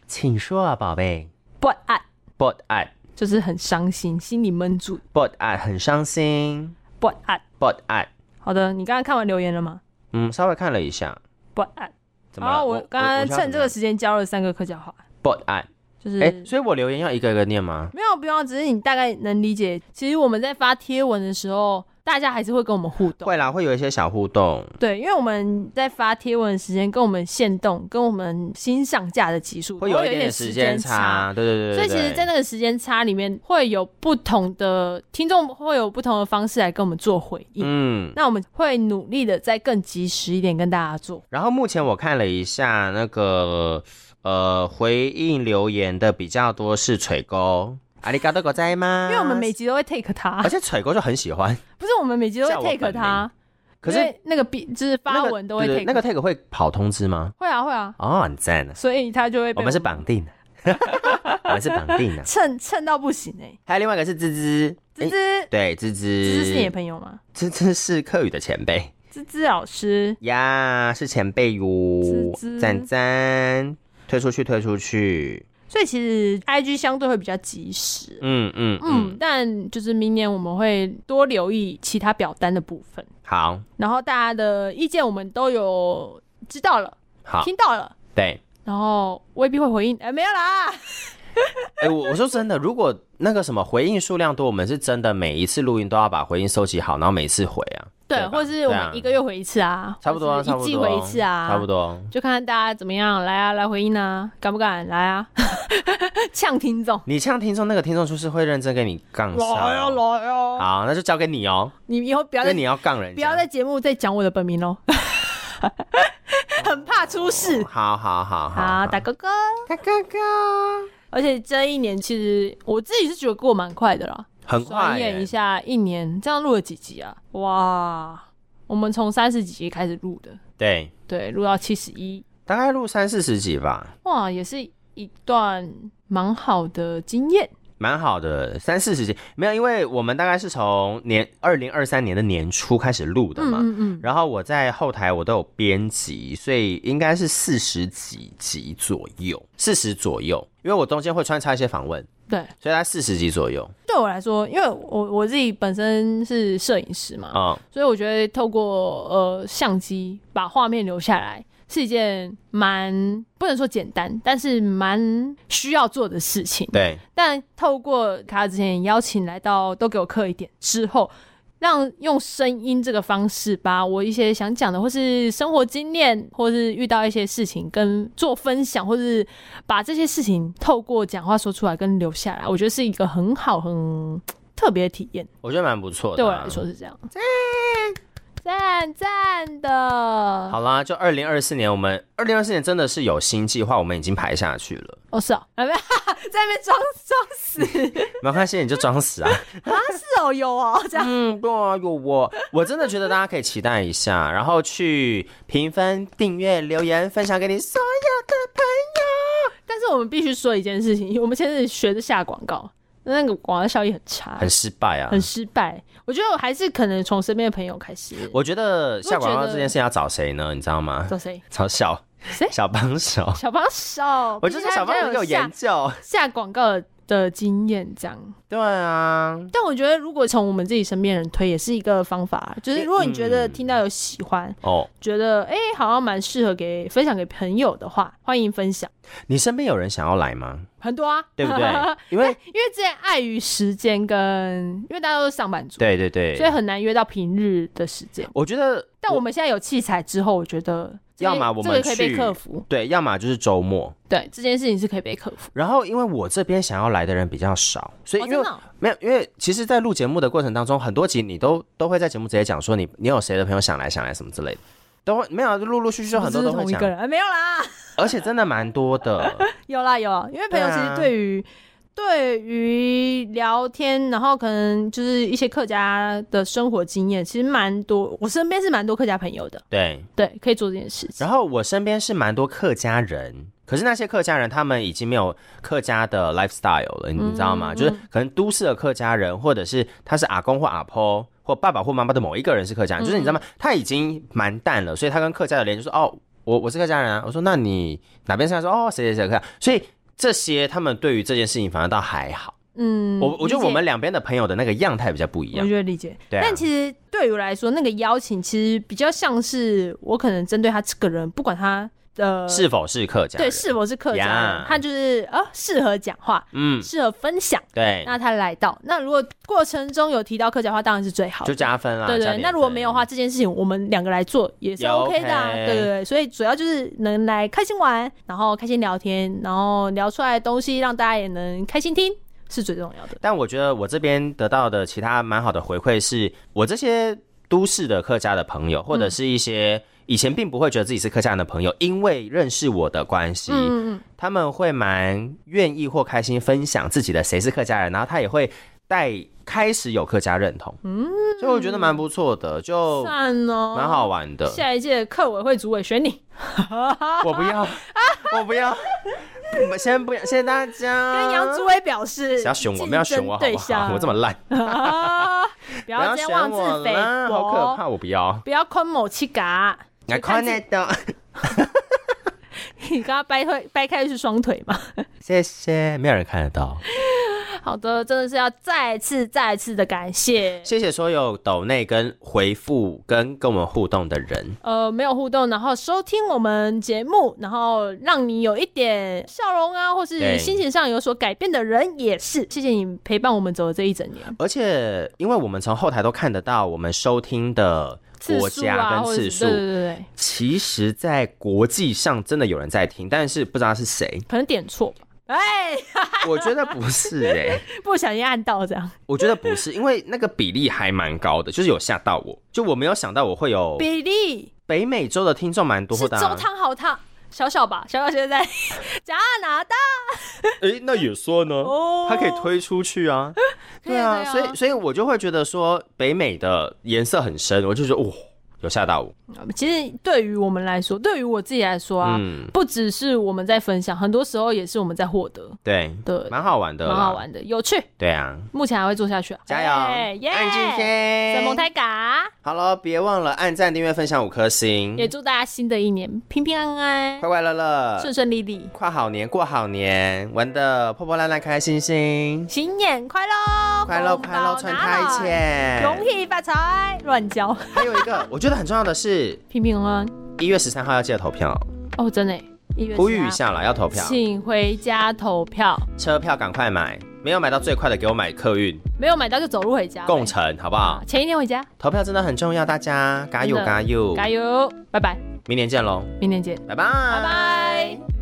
Speaker 1: 请说啊，宝贝。
Speaker 3: 不爱，
Speaker 1: 不爱，
Speaker 3: 就是很伤心，心里闷住
Speaker 1: 不爱，很伤心。
Speaker 3: 不爱。
Speaker 1: 不爱，
Speaker 3: 好的，你刚刚看完留言了吗？
Speaker 1: 嗯，稍微看了一下，
Speaker 3: 不爱。
Speaker 1: 怎么
Speaker 3: 然
Speaker 1: 了？
Speaker 3: 后我刚刚趁这个嗯
Speaker 1: 是
Speaker 3: 时间教了三个客家话，
Speaker 1: 不爱，
Speaker 3: 就是、
Speaker 1: 哎，所以我留言要一个一个念吗？
Speaker 3: 没有不用，只是你大概能理解。其实我们在发贴文的时候，大家还是会跟我们互动。
Speaker 1: 会啦，会有一些小互动。
Speaker 3: 对，因为我们在发贴文的时间跟我们限动、跟我们新上架的集数
Speaker 1: 会
Speaker 3: 都
Speaker 1: 有
Speaker 3: 嗯有
Speaker 1: 一点点时
Speaker 3: 时
Speaker 1: 间
Speaker 3: 差。
Speaker 1: 差，对对对
Speaker 3: 所
Speaker 1: 对
Speaker 3: 以其实，在那个时间差里面，会有不同的听众会有不同的方式来跟我们做回应。
Speaker 1: 嗯，
Speaker 3: 那我们会努力的再更及时一点跟大家做。
Speaker 1: 然后目前我看了一下那个呃回应留言的比较多是锤哥，阿里嘎多狗在吗？
Speaker 3: 因为我们每集都会 take 他
Speaker 1: 啊而，且锤哥就很喜欢，
Speaker 3: 不是我们每集都
Speaker 1: 叫我
Speaker 3: 会
Speaker 1: 本
Speaker 3: take 他，
Speaker 1: 可是
Speaker 3: 因为那个比就是
Speaker 1: 那
Speaker 3: 发
Speaker 1: 个
Speaker 3: 文都会
Speaker 1: 对
Speaker 3: take
Speaker 1: 对那个 take 会跑通知吗？
Speaker 3: 会啊会啊，
Speaker 1: 哦，很赞啊！
Speaker 3: 所以他就会被
Speaker 1: 我们是绑定的，我们是绑定的。
Speaker 3: 蹭蹭到不行哎、
Speaker 1: 还有另外一个是芝芝，
Speaker 3: 芝
Speaker 1: 诶
Speaker 3: 芝，
Speaker 1: 对芝芝，
Speaker 3: 芝芝是你的朋友吗？
Speaker 1: 芝芝是课语的前辈
Speaker 3: 芝芝老师，
Speaker 1: 呀，是前辈哟
Speaker 3: 芝。芝
Speaker 1: 赞赞，推出去，推出去。
Speaker 3: 所以其实 IG 相对会比较及时，
Speaker 1: 嗯嗯
Speaker 3: 嗯，
Speaker 1: 嗯，
Speaker 3: 但就是明年我们会多留意其他表单的部分，
Speaker 1: 好
Speaker 3: 然后大家的意见我们都有知道了，
Speaker 1: 好
Speaker 3: 听到了，
Speaker 1: 对，
Speaker 3: 然后未必会回应。哎、没有啦，
Speaker 1: 哎、我我说真的，如果那个什么回应数量多，我们是真的每一次录音都要把回应收集好，然后每次回啊。
Speaker 3: 对，
Speaker 1: 吧
Speaker 3: 或者是我
Speaker 1: 对啊
Speaker 3: 们一个月回一次啊，
Speaker 1: 差不多啊，
Speaker 3: 或者
Speaker 1: 差
Speaker 3: 是
Speaker 1: 不
Speaker 3: 一
Speaker 1: 多，
Speaker 3: 季回一次啊，
Speaker 1: 差不多。
Speaker 3: 就看看大家怎么样，来啊，来回应啊，敢不敢来啊？ 呛听众，
Speaker 1: 你像听众，那个听众就是会认真跟你杠上。
Speaker 3: 来啊来啊！
Speaker 1: 好，那就交给你哦，
Speaker 3: 你以后不要
Speaker 1: 因
Speaker 3: 再
Speaker 1: 为你要杠人家。
Speaker 3: 不要在节目再讲我的本名喽， 很怕出事。
Speaker 1: 好好好
Speaker 3: 好，大哥哥，
Speaker 1: 大哥哥，
Speaker 3: 而且这一年其实我自己是觉得过蛮快的啦，
Speaker 1: 很
Speaker 3: 转
Speaker 1: 快耶、
Speaker 3: 眼一下一年，这样录了几集啊？哇，我们从三十几集开始录的，
Speaker 1: 对，
Speaker 3: 对，录到七十一，
Speaker 1: 大概录三四十集吧，
Speaker 3: 哇，也是一段蛮好的经验。
Speaker 1: 蛮好的，三四十集没有，因为我们大概是从年二零二三年的年初开始录的嘛。
Speaker 3: 嗯嗯，
Speaker 1: 然后我在后台我都有编辑，所以应该是四十几集左右，四十左右，因为我中间会穿插一些访问，
Speaker 3: 对。
Speaker 1: 所以大概四十集左右。
Speaker 3: 对我来说，因为我我自己本身是摄影师嘛，
Speaker 1: 嗯，
Speaker 3: 所以我觉得透过呃相机把画面留下来是一件蛮不能说简单，但是蛮需要做的事情。
Speaker 1: 对，
Speaker 3: 但透过卡之前邀请来到都给我刻一点之后，让用声音这个方式把我一些想讲的，或是生活经验，或是遇到一些事情跟做分享，或是把这些事情透过讲话说出来跟留下来，我觉得是一个很好很特别的体验。
Speaker 1: 我觉得蛮不错的、啊
Speaker 3: 对我来说，是这样。赞赞的
Speaker 1: 好啦，就二零二四年，我们二零二四年真的是有新计划，我们已经排下去了。
Speaker 3: 哦，是哦，啊，没有 在那边装装死 是
Speaker 1: 没有关系，你就装死啊。
Speaker 3: 哦，有哦，这样
Speaker 1: 嗯，对啊，有我，我真的觉得大家可以期待一下，然后去评分、订阅、留言、分享给你
Speaker 3: 哎
Speaker 1: 所有的朋友，
Speaker 3: 但是我们必须说一件事情，我们现在是学着下广告，那个广告效益很差，
Speaker 1: 很失败啊
Speaker 3: 很。失败。我觉得我还是可能从身边的朋友开始。
Speaker 1: 我觉得下广
Speaker 3: 我
Speaker 1: 告
Speaker 3: 觉得
Speaker 1: 这件事要找谁呢？你知道吗？
Speaker 3: 找谁？
Speaker 1: 找小
Speaker 3: 谁
Speaker 1: 小帮手，
Speaker 3: 小帮手，
Speaker 1: 我就是
Speaker 3: 毕竟
Speaker 1: 小
Speaker 3: 他
Speaker 1: 帮手
Speaker 3: 比较
Speaker 1: 有
Speaker 3: 下
Speaker 1: 研究。
Speaker 3: 下广告的经验这样。
Speaker 1: 对啊，
Speaker 3: 但我觉得，如果从我们自己身边人推，也是一个方法。就是如果你觉
Speaker 1: 嗯
Speaker 3: 得听到有喜欢，
Speaker 1: 哦，
Speaker 3: 觉得哎、诶好像蛮适合给分享给朋友的话，欢迎分享，
Speaker 1: 你身边有人想要来吗？
Speaker 3: 很多啊，？
Speaker 1: 对不对 因为
Speaker 3: 因为之前碍于时间跟，因为大家都是上班族，
Speaker 1: 对对对，
Speaker 3: 所以很难约到平日的时间。
Speaker 1: 我觉得，
Speaker 3: 但我们现在有器材之后，我觉得这
Speaker 1: 要么我们
Speaker 3: 这个可以被
Speaker 1: 去
Speaker 3: 克服，
Speaker 1: 对，要么就是周末，
Speaker 3: 对这件事情是可以被克服。
Speaker 1: 然后，因为我这边想要来的人比较少，所以
Speaker 3: 哦
Speaker 1: 因为、
Speaker 3: 真的哦
Speaker 1: 没有，因为其实，在录节目的过程当中，很多集你都都会在节目直接讲说你你有谁的朋友想来想来什么之类的，都会没有啊，就陆陆续续很多
Speaker 3: 不
Speaker 1: 都
Speaker 3: 是
Speaker 1: 会
Speaker 3: 同一
Speaker 1: 讲
Speaker 3: 个，人，哎没有啦，
Speaker 1: 而且真的蛮多的。
Speaker 3: 有啦有啦，因为朋友
Speaker 1: 对
Speaker 3: 其
Speaker 1: 啊
Speaker 3: 实对于。对于聊天，然后可能就是一些客家的生活经验，其实蛮多。我身边是蛮多客家朋友的，
Speaker 1: 对，
Speaker 3: 对，可以做这件事情。
Speaker 1: 然后我身边是蛮多客家人，可是那些客家人他们已经没有客家的 lifestyle 了，你你知道
Speaker 3: 嗯
Speaker 1: 吗？就是可能都市的客家人，或者是他是阿公或阿婆。或爸爸或妈妈的某一个人是客
Speaker 3: 嗯
Speaker 1: 家人，就是你知道吗？他已经蛮淡了，所以他跟客家的连就是哦，我我是客家人啊。我说那你哪边是客家人？说哦，谁谁谁客家。所以这些他们对于这件事情反而倒还好。
Speaker 3: 嗯，
Speaker 1: 我我觉
Speaker 3: 理
Speaker 1: 得
Speaker 3: 解
Speaker 1: 我们两边的朋友的那个样态比较不一
Speaker 3: 我
Speaker 1: 样。
Speaker 3: 觉得理解。
Speaker 1: 对啊
Speaker 3: 但其实对于我来说，那个邀请其实比较像是我可能针对他这个人，不管他的
Speaker 1: 是否是客家
Speaker 3: 对
Speaker 1: 人？
Speaker 3: 是否是客家人
Speaker 1: 呀
Speaker 3: 他就是啊适合讲话，
Speaker 1: 嗯，哎
Speaker 3: 适合分享。
Speaker 1: 对，
Speaker 3: 那他来到，那如果过程中有提到客家话，当然是最好的。
Speaker 1: 就加分啦。
Speaker 3: 对
Speaker 1: 加
Speaker 3: 对，
Speaker 1: 点
Speaker 3: 那如果
Speaker 1: 分
Speaker 3: 没有的话，这件事情我们两个来做也是
Speaker 1: 也
Speaker 3: OK 的、啊
Speaker 1: OK
Speaker 3: 对对对。所以主要就是能来开心玩，然后开心聊天，然后聊出来的东西让大家也能开心听，是最重要的。
Speaker 1: 但我觉得我这边得到的其他蛮好的回馈是，我这些都市的客家的朋
Speaker 3: 嗯
Speaker 1: 友，或者是一些以前并不会觉得自己是客家人的朋友，因为认识我的关系，
Speaker 3: 嗯嗯
Speaker 1: 他们会蛮愿意或开心分享自己的谁是客家人，然后他也会带开始有客家认同，嗯，所以我觉得蛮不错的，
Speaker 3: 嗯，
Speaker 1: 就
Speaker 3: 赞哦，
Speaker 1: 蛮好玩的。
Speaker 3: 下一届客委会主委选你，
Speaker 1: 我不 要，我不要，不先不要，谢谢大家。
Speaker 3: 跟杨祖伟表示
Speaker 1: 不要选我，不要选我好
Speaker 3: 竞
Speaker 1: 不
Speaker 3: 争对象
Speaker 1: 好？我这么烂，
Speaker 3: 啊不
Speaker 1: 不
Speaker 3: 要
Speaker 1: 要
Speaker 3: 这
Speaker 1: 选
Speaker 3: 样妄
Speaker 1: 我
Speaker 3: 自菲
Speaker 1: 啦，好可
Speaker 3: 薄，
Speaker 1: 怕，我不要。
Speaker 3: 不要昆某气嘎，
Speaker 1: 那
Speaker 3: 看
Speaker 1: 看
Speaker 3: 自
Speaker 1: 得到，
Speaker 3: 你刚刚掰开掰开的是双腿嘛？
Speaker 1: 谢谢，没有人看得到。
Speaker 3: 好的，真的是要再次再次的感谢。
Speaker 1: 谢谢所有抖内跟回复跟跟我们互动的人，
Speaker 3: 呃，没有互动，然后收听我们节目，然后让你有一点笑容啊，或是
Speaker 1: 对
Speaker 3: 心情上有所改变的人也是，谢谢你陪伴我们走了这一整年。
Speaker 1: 而且因为我们从后台都看得到我们收听的
Speaker 3: 次
Speaker 1: 国
Speaker 3: 数
Speaker 1: 家
Speaker 3: 啊，
Speaker 1: 跟
Speaker 3: 或者
Speaker 1: 次
Speaker 3: 是
Speaker 1: 数，
Speaker 3: 对对对对，
Speaker 1: 其实在国际上真的有人在听，但是不知道是
Speaker 3: 。
Speaker 1: 谁
Speaker 3: 可能点错吧。哎，
Speaker 1: 我觉得不是哎、
Speaker 3: 不小心按到这样，
Speaker 1: 我觉得不是，因为那个比例还蛮高的，就是有吓到我，就我没有想到我会有
Speaker 3: 比例
Speaker 1: 北美洲的听众蛮哦多
Speaker 3: 是
Speaker 1: 的、
Speaker 3: 周
Speaker 1: 啊。
Speaker 3: 汤好汤，小小吧，小小 现在在加拿大
Speaker 1: 哎、那也算呢
Speaker 3: 哦
Speaker 1: 它可以推出去 啊。
Speaker 3: 可以
Speaker 1: 对
Speaker 3: 啊
Speaker 1: 啊，
Speaker 3: 可
Speaker 1: 所
Speaker 3: 以啊
Speaker 1: 以所以我就会觉得说北美的颜色很深，我就觉得哦，有吓到我。
Speaker 3: 其实对于我们来说，对于我自己来说啊，
Speaker 1: 嗯，
Speaker 3: 不只是我们在分享，很多时候也是我们在获得，
Speaker 1: 对，
Speaker 3: 对，
Speaker 1: 蛮好玩的，
Speaker 3: 蛮好。玩的，有趣。
Speaker 1: 对啊，
Speaker 3: 目前还会做下去啊，
Speaker 1: 加油，
Speaker 3: 哎耶！
Speaker 1: 按进去。
Speaker 3: 神蒙台嘎，
Speaker 1: 好了，别忘了按赞、订阅、分享五颗星，
Speaker 3: 也祝大家新的一年平平安安
Speaker 1: 快、快乐乐，
Speaker 3: 顺顺利利，
Speaker 1: 跨好年，过好年，玩的破破烂烂，开心心，
Speaker 3: 新年快乐，
Speaker 1: 快乐
Speaker 3: 红包
Speaker 1: 快乐，穿
Speaker 3: 拿
Speaker 1: 开
Speaker 3: 来，
Speaker 1: 钱。
Speaker 3: 容易 发财，乱交，
Speaker 1: 还有一个，我觉得很重要的是，
Speaker 3: 平平安安。
Speaker 1: 一月十三号要记得投票，
Speaker 3: 哦，真的耶，一月
Speaker 1: 呼吁
Speaker 3: 18
Speaker 1: 一下啦，要投票，
Speaker 3: 请回家投票，
Speaker 1: 车票赶快买，没有买到最快的给我买客运
Speaker 3: 没有买到就走路回家呗，
Speaker 1: 共乘，好不好
Speaker 3: 啊，？前一天回家，
Speaker 1: 投票真的很重要，大家加油
Speaker 3: 真的
Speaker 1: 加油，
Speaker 3: 加油，拜拜，
Speaker 1: 明年见喽，
Speaker 3: 明天见，
Speaker 1: 拜拜，拜
Speaker 3: 拜拜。